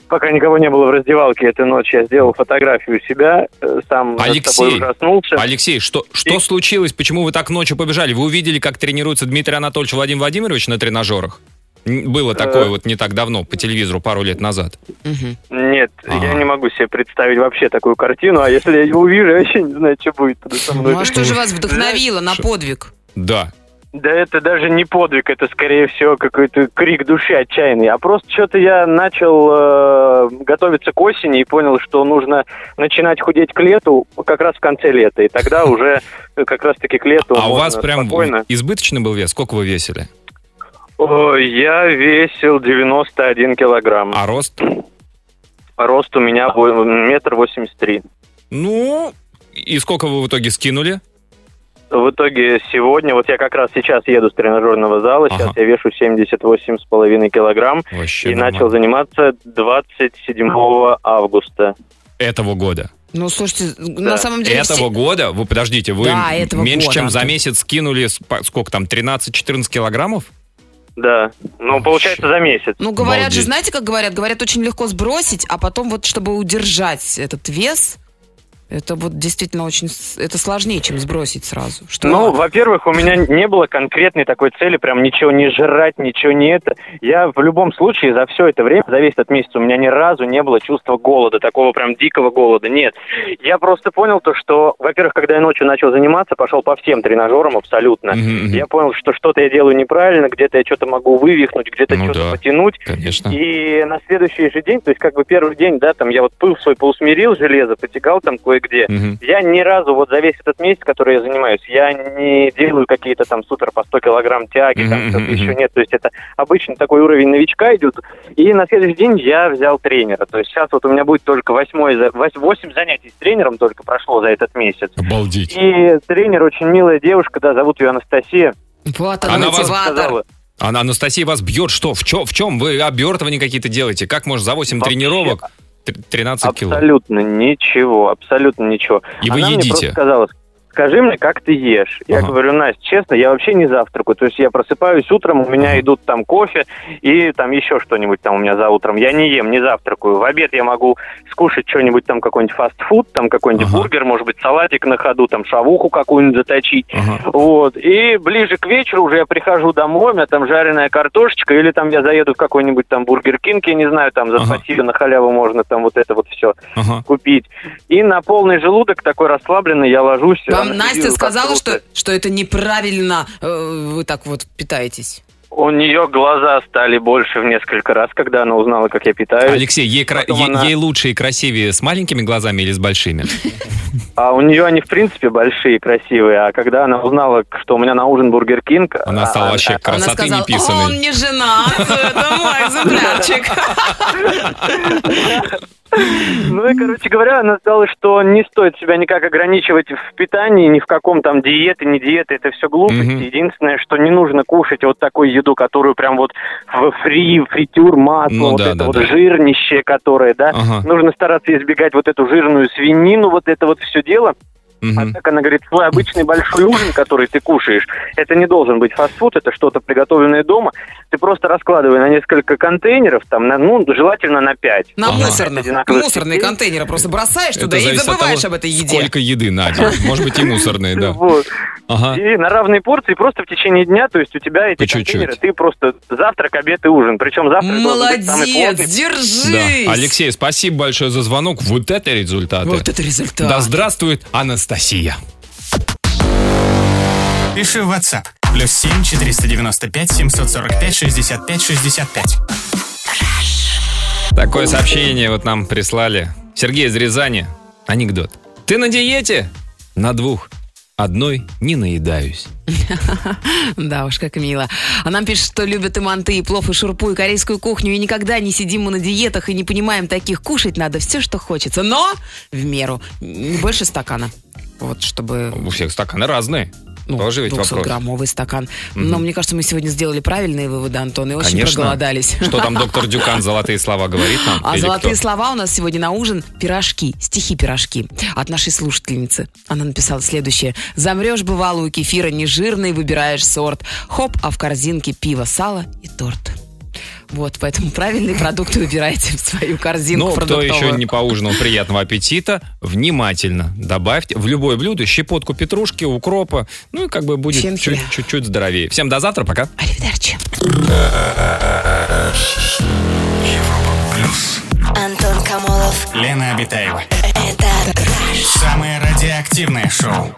[SPEAKER 13] Пока никого не было в раздевалке этой ночи, я сделал фотографию себя, э, сам над собой
[SPEAKER 3] Алексей,
[SPEAKER 13] ужаснулся.
[SPEAKER 3] Алексей, что, что
[SPEAKER 13] И-
[SPEAKER 3] случилось? Почему вы так ночью побежали? Вы увидели, как тренируется Дмитрий Анатольевич Владимир Владимирович на тренажерах? Н- Было такое
[SPEAKER 13] Э.
[SPEAKER 3] вот не так давно по телевизору, пару лет назад.
[SPEAKER 4] Мгм.
[SPEAKER 13] Нет,
[SPEAKER 3] А.
[SPEAKER 13] я не могу себе представить вообще такую картину, а если я его увижу, я вообще не знаю, что будет со мной.
[SPEAKER 4] Ну а что же вас вдохновило на подвиг?
[SPEAKER 3] Да.
[SPEAKER 13] Да это даже не подвиг, это скорее всего какой-то крик души отчаянный. А просто что-то я начал э, готовиться к осени и понял, что нужно начинать худеть к лету как раз в конце лета. И тогда уже э, как раз-таки к лету
[SPEAKER 3] а у вас
[SPEAKER 13] можно
[SPEAKER 3] прям
[SPEAKER 13] спокойно.
[SPEAKER 3] избыточный был вес? Сколько вы весили?
[SPEAKER 13] Ой, я весил 91 килограмм.
[SPEAKER 3] А рост?
[SPEAKER 13] Рост у меня во- метр восемьдесят три.
[SPEAKER 3] Ну, и сколько вы в итоге скинули?
[SPEAKER 13] В итоге сегодня, вот я как раз сейчас еду с тренажерного зала, сейчас
[SPEAKER 3] Ага.
[SPEAKER 13] я вешу 78,5 килограмм.
[SPEAKER 3] Вообще
[SPEAKER 13] и
[SPEAKER 3] нормально.
[SPEAKER 13] начал заниматься 27 августа.
[SPEAKER 3] Этого года.
[SPEAKER 4] Ну, слушайте, на самом деле...
[SPEAKER 3] этого
[SPEAKER 4] все-
[SPEAKER 3] года? Вы, подождите, вы
[SPEAKER 4] Да, этого
[SPEAKER 3] меньше,
[SPEAKER 4] года,
[SPEAKER 3] чем за
[SPEAKER 4] Антон.
[SPEAKER 3] месяц скинули, сп- сколько там, 13-14 килограммов?
[SPEAKER 13] Да. Ну,
[SPEAKER 3] Вообще.
[SPEAKER 13] получается, за месяц.
[SPEAKER 4] Ну, говорят же,
[SPEAKER 3] Обалдеть.
[SPEAKER 4] знаете, как говорят? Говорят, очень легко сбросить, а потом вот, чтобы удержать этот вес, это вот действительно очень... с- Это сложнее, чем сбросить сразу. Что
[SPEAKER 13] Ну, во-первых, у меня не было конкретной такой цели, прям ничего не жрать, ничего не это. Я в любом случае за все это время, за весь этот месяц, у меня ни разу не было чувства голода, такого прям дикого голода, нет. Я просто понял то, что, во-первых, когда я ночью начал заниматься, пошел по всем тренажерам абсолютно.
[SPEAKER 3] Мгм, мгм.
[SPEAKER 13] Я понял, что что-то я делаю неправильно, где-то я что-то могу вывихнуть, где-то
[SPEAKER 3] Ну
[SPEAKER 13] что-то
[SPEAKER 3] да.
[SPEAKER 13] потянуть.
[SPEAKER 3] Конечно.
[SPEAKER 13] И на следующий же день, то есть как бы первый день, да, там я вот пыл свой поусмирил, железо потягал там кое-где.
[SPEAKER 3] Мгм.
[SPEAKER 13] Я ни разу вот за весь этот месяц, который я занимаюсь, я не делаю какие-то там супер по 100 килограмм тяги,
[SPEAKER 3] Мгм,
[SPEAKER 13] там что-то
[SPEAKER 3] мгм,
[SPEAKER 13] еще
[SPEAKER 3] мгм.
[SPEAKER 13] нет. То есть это обычно такой уровень новичка идет. И на следующий день я взял тренера. То есть сейчас вот у меня будет только восьмой, за- вось- восемь занятий с тренером только прошло за этот месяц.
[SPEAKER 3] Обалдеть.
[SPEAKER 13] И тренер очень милая девушка, да, зовут ее Анастасия.
[SPEAKER 4] Вот
[SPEAKER 3] Она
[SPEAKER 4] она,
[SPEAKER 3] вас
[SPEAKER 4] мотиватор.
[SPEAKER 13] Сказала,
[SPEAKER 3] Она, А Анастасия вас бьет, что? В чем? В чем? Вы обертывания какие-то делаете? Как можно за 8
[SPEAKER 13] Вообще
[SPEAKER 3] тренировок тр- 13 кило?
[SPEAKER 13] Абсолютно ничего, абсолютно ничего.
[SPEAKER 3] И вы
[SPEAKER 13] Она мне просто
[SPEAKER 3] едите?
[SPEAKER 13] сказала, скажи мне, как ты ешь. Я
[SPEAKER 3] Ага.
[SPEAKER 13] говорю, Настя, честно, я вообще не завтракаю. То есть я просыпаюсь утром, у меня
[SPEAKER 3] Ага.
[SPEAKER 13] идут там кофе и там еще что-нибудь там у меня за утром. Я не ем, не завтракаю. В обед я могу скушать что-нибудь там, какой-нибудь фастфуд, там какой-нибудь
[SPEAKER 3] Ага.
[SPEAKER 13] бургер, может быть, салатик на ходу, там шавуху какую-нибудь заточить.
[SPEAKER 3] Ага.
[SPEAKER 13] Вот. И ближе к вечеру уже я прихожу домой, у меня там жареная картошечка, или там я заеду в какой-нибудь там бургер кинг, я не знаю, там за
[SPEAKER 3] Ага.
[SPEAKER 13] спасибо на халяву можно там вот это вот все
[SPEAKER 3] Ага.
[SPEAKER 13] купить. И на полный желудок такой расслабленный я ложусь.
[SPEAKER 4] Вам
[SPEAKER 13] она
[SPEAKER 4] Настя
[SPEAKER 13] сидит,
[SPEAKER 4] сказала,
[SPEAKER 13] как
[SPEAKER 4] что,
[SPEAKER 13] просто.
[SPEAKER 4] что это неправильно э, вы так вот питаетесь.
[SPEAKER 13] У нее глаза стали больше в несколько раз, когда она узнала, как я питаюсь.
[SPEAKER 3] Алексей, ей, кра-
[SPEAKER 13] Потом
[SPEAKER 3] е-
[SPEAKER 13] она-
[SPEAKER 3] ей лучше и красивее с маленькими глазами или с большими?
[SPEAKER 13] А у нее они, в принципе, большие, красивые. А когда она узнала, что у меня на ужин бургер кинг... а,
[SPEAKER 3] Она стала вообще
[SPEAKER 4] она
[SPEAKER 3] красоты
[SPEAKER 4] сказала,
[SPEAKER 3] неписанной.
[SPEAKER 4] он не женат, это мой экземплярчик.
[SPEAKER 13] Ну и, короче говоря, она сказала, что не стоит себя никак ограничивать в питании, ни в каком там диеты, не диеты, это все глупости.
[SPEAKER 3] Мгм.
[SPEAKER 13] Единственное, что не нужно кушать вот такую еду, которую прям вот в фри, фритюр, масло,
[SPEAKER 3] Ну
[SPEAKER 13] вот
[SPEAKER 3] да,
[SPEAKER 13] это
[SPEAKER 3] да,
[SPEAKER 13] вот
[SPEAKER 3] да.
[SPEAKER 13] жирнище, которое,
[SPEAKER 4] А.
[SPEAKER 13] да.
[SPEAKER 3] Ага.
[SPEAKER 13] Нужно стараться избегать вот эту жирную свинину, вот это вот все дело. А
[SPEAKER 3] Мгм.
[SPEAKER 13] так она говорит, твой обычный большой ужин, который ты кушаешь, это не должен быть фастфуд, это что-то приготовленное дома. Ты просто раскладывай на несколько контейнеров, там, на, ну, желательно на пять.
[SPEAKER 4] На
[SPEAKER 3] Ага.
[SPEAKER 4] мусорных,
[SPEAKER 13] Одинаковых
[SPEAKER 4] мусорные
[SPEAKER 13] частей.
[SPEAKER 4] контейнеры просто бросаешь
[SPEAKER 3] Это
[SPEAKER 4] туда и
[SPEAKER 3] зависит от
[SPEAKER 4] забываешь
[SPEAKER 3] того,
[SPEAKER 4] об этой еде.
[SPEAKER 3] Сколько еды на день? Может быть и мусорные, да.
[SPEAKER 13] Вот.
[SPEAKER 4] А.
[SPEAKER 3] Ага.
[SPEAKER 13] И на равные порции просто в течение дня, то есть у тебя эти
[SPEAKER 3] По чуть-чуть.
[SPEAKER 13] контейнеры, ты просто завтрак, обед и ужин. Причем завтрак должен быть самый
[SPEAKER 4] Молодец,
[SPEAKER 13] плотный.
[SPEAKER 3] Да.
[SPEAKER 4] держись.
[SPEAKER 3] Алексей, спасибо большое за звонок. Вот это результаты.
[SPEAKER 4] Вот это результат.
[SPEAKER 3] Да здравствует Анастасия.
[SPEAKER 5] Пиши в WhatsApp. Плюс 7 495 745 65 65.
[SPEAKER 3] Такое сообщение вот нам прислали. Сергей из Рязани. Анекдот. Ты на диете? На двух. Одной не наедаюсь.
[SPEAKER 4] Да уж, как мило. А нам пишет, что любят и манты, и плов, и шурпу, и корейскую кухню, и никогда не сидим мы на диетах, и не понимаем таких. Кушать надо все, что хочется, но в меру. Не больше стакана. Вот, чтобы...
[SPEAKER 3] У всех Ну, стаканы разные.
[SPEAKER 4] ну,
[SPEAKER 3] Тоже ведь
[SPEAKER 4] 200
[SPEAKER 3] вопрос.
[SPEAKER 4] граммовый стакан. Но мне кажется, мы сегодня сделали правильные выводы, Антон, и очень
[SPEAKER 3] Конечно.
[SPEAKER 4] проголодались.
[SPEAKER 3] Что там доктор Дюкан золотые слова говорит нам?
[SPEAKER 4] А
[SPEAKER 3] Или
[SPEAKER 4] золотые
[SPEAKER 3] кто?
[SPEAKER 4] слова у нас сегодня на ужин пирожки, стихи-пирожки от нашей слушательницы. Она написала следующее. «Замрешь, бывало, у кефира нежирный, выбираешь сорт. Хоп, а в корзинке пиво, сало и торт». Вот, поэтому правильные продукты выбирайте в свою корзинку
[SPEAKER 3] Ну, кто
[SPEAKER 4] продуктовую.
[SPEAKER 3] еще не поужинал, приятного аппетита, внимательно добавьте в любое блюдо щепотку петрушки, укропа, ну и как бы будет
[SPEAKER 4] Фенхеля.
[SPEAKER 3] чуть- чуть-чуть здоровее. Всем до завтра, пока.
[SPEAKER 4] Аривидерчи.
[SPEAKER 1] Антон Камолов.
[SPEAKER 5] Лена Обитаева.
[SPEAKER 1] Это Rush.
[SPEAKER 5] Самое радиоактивное шоу.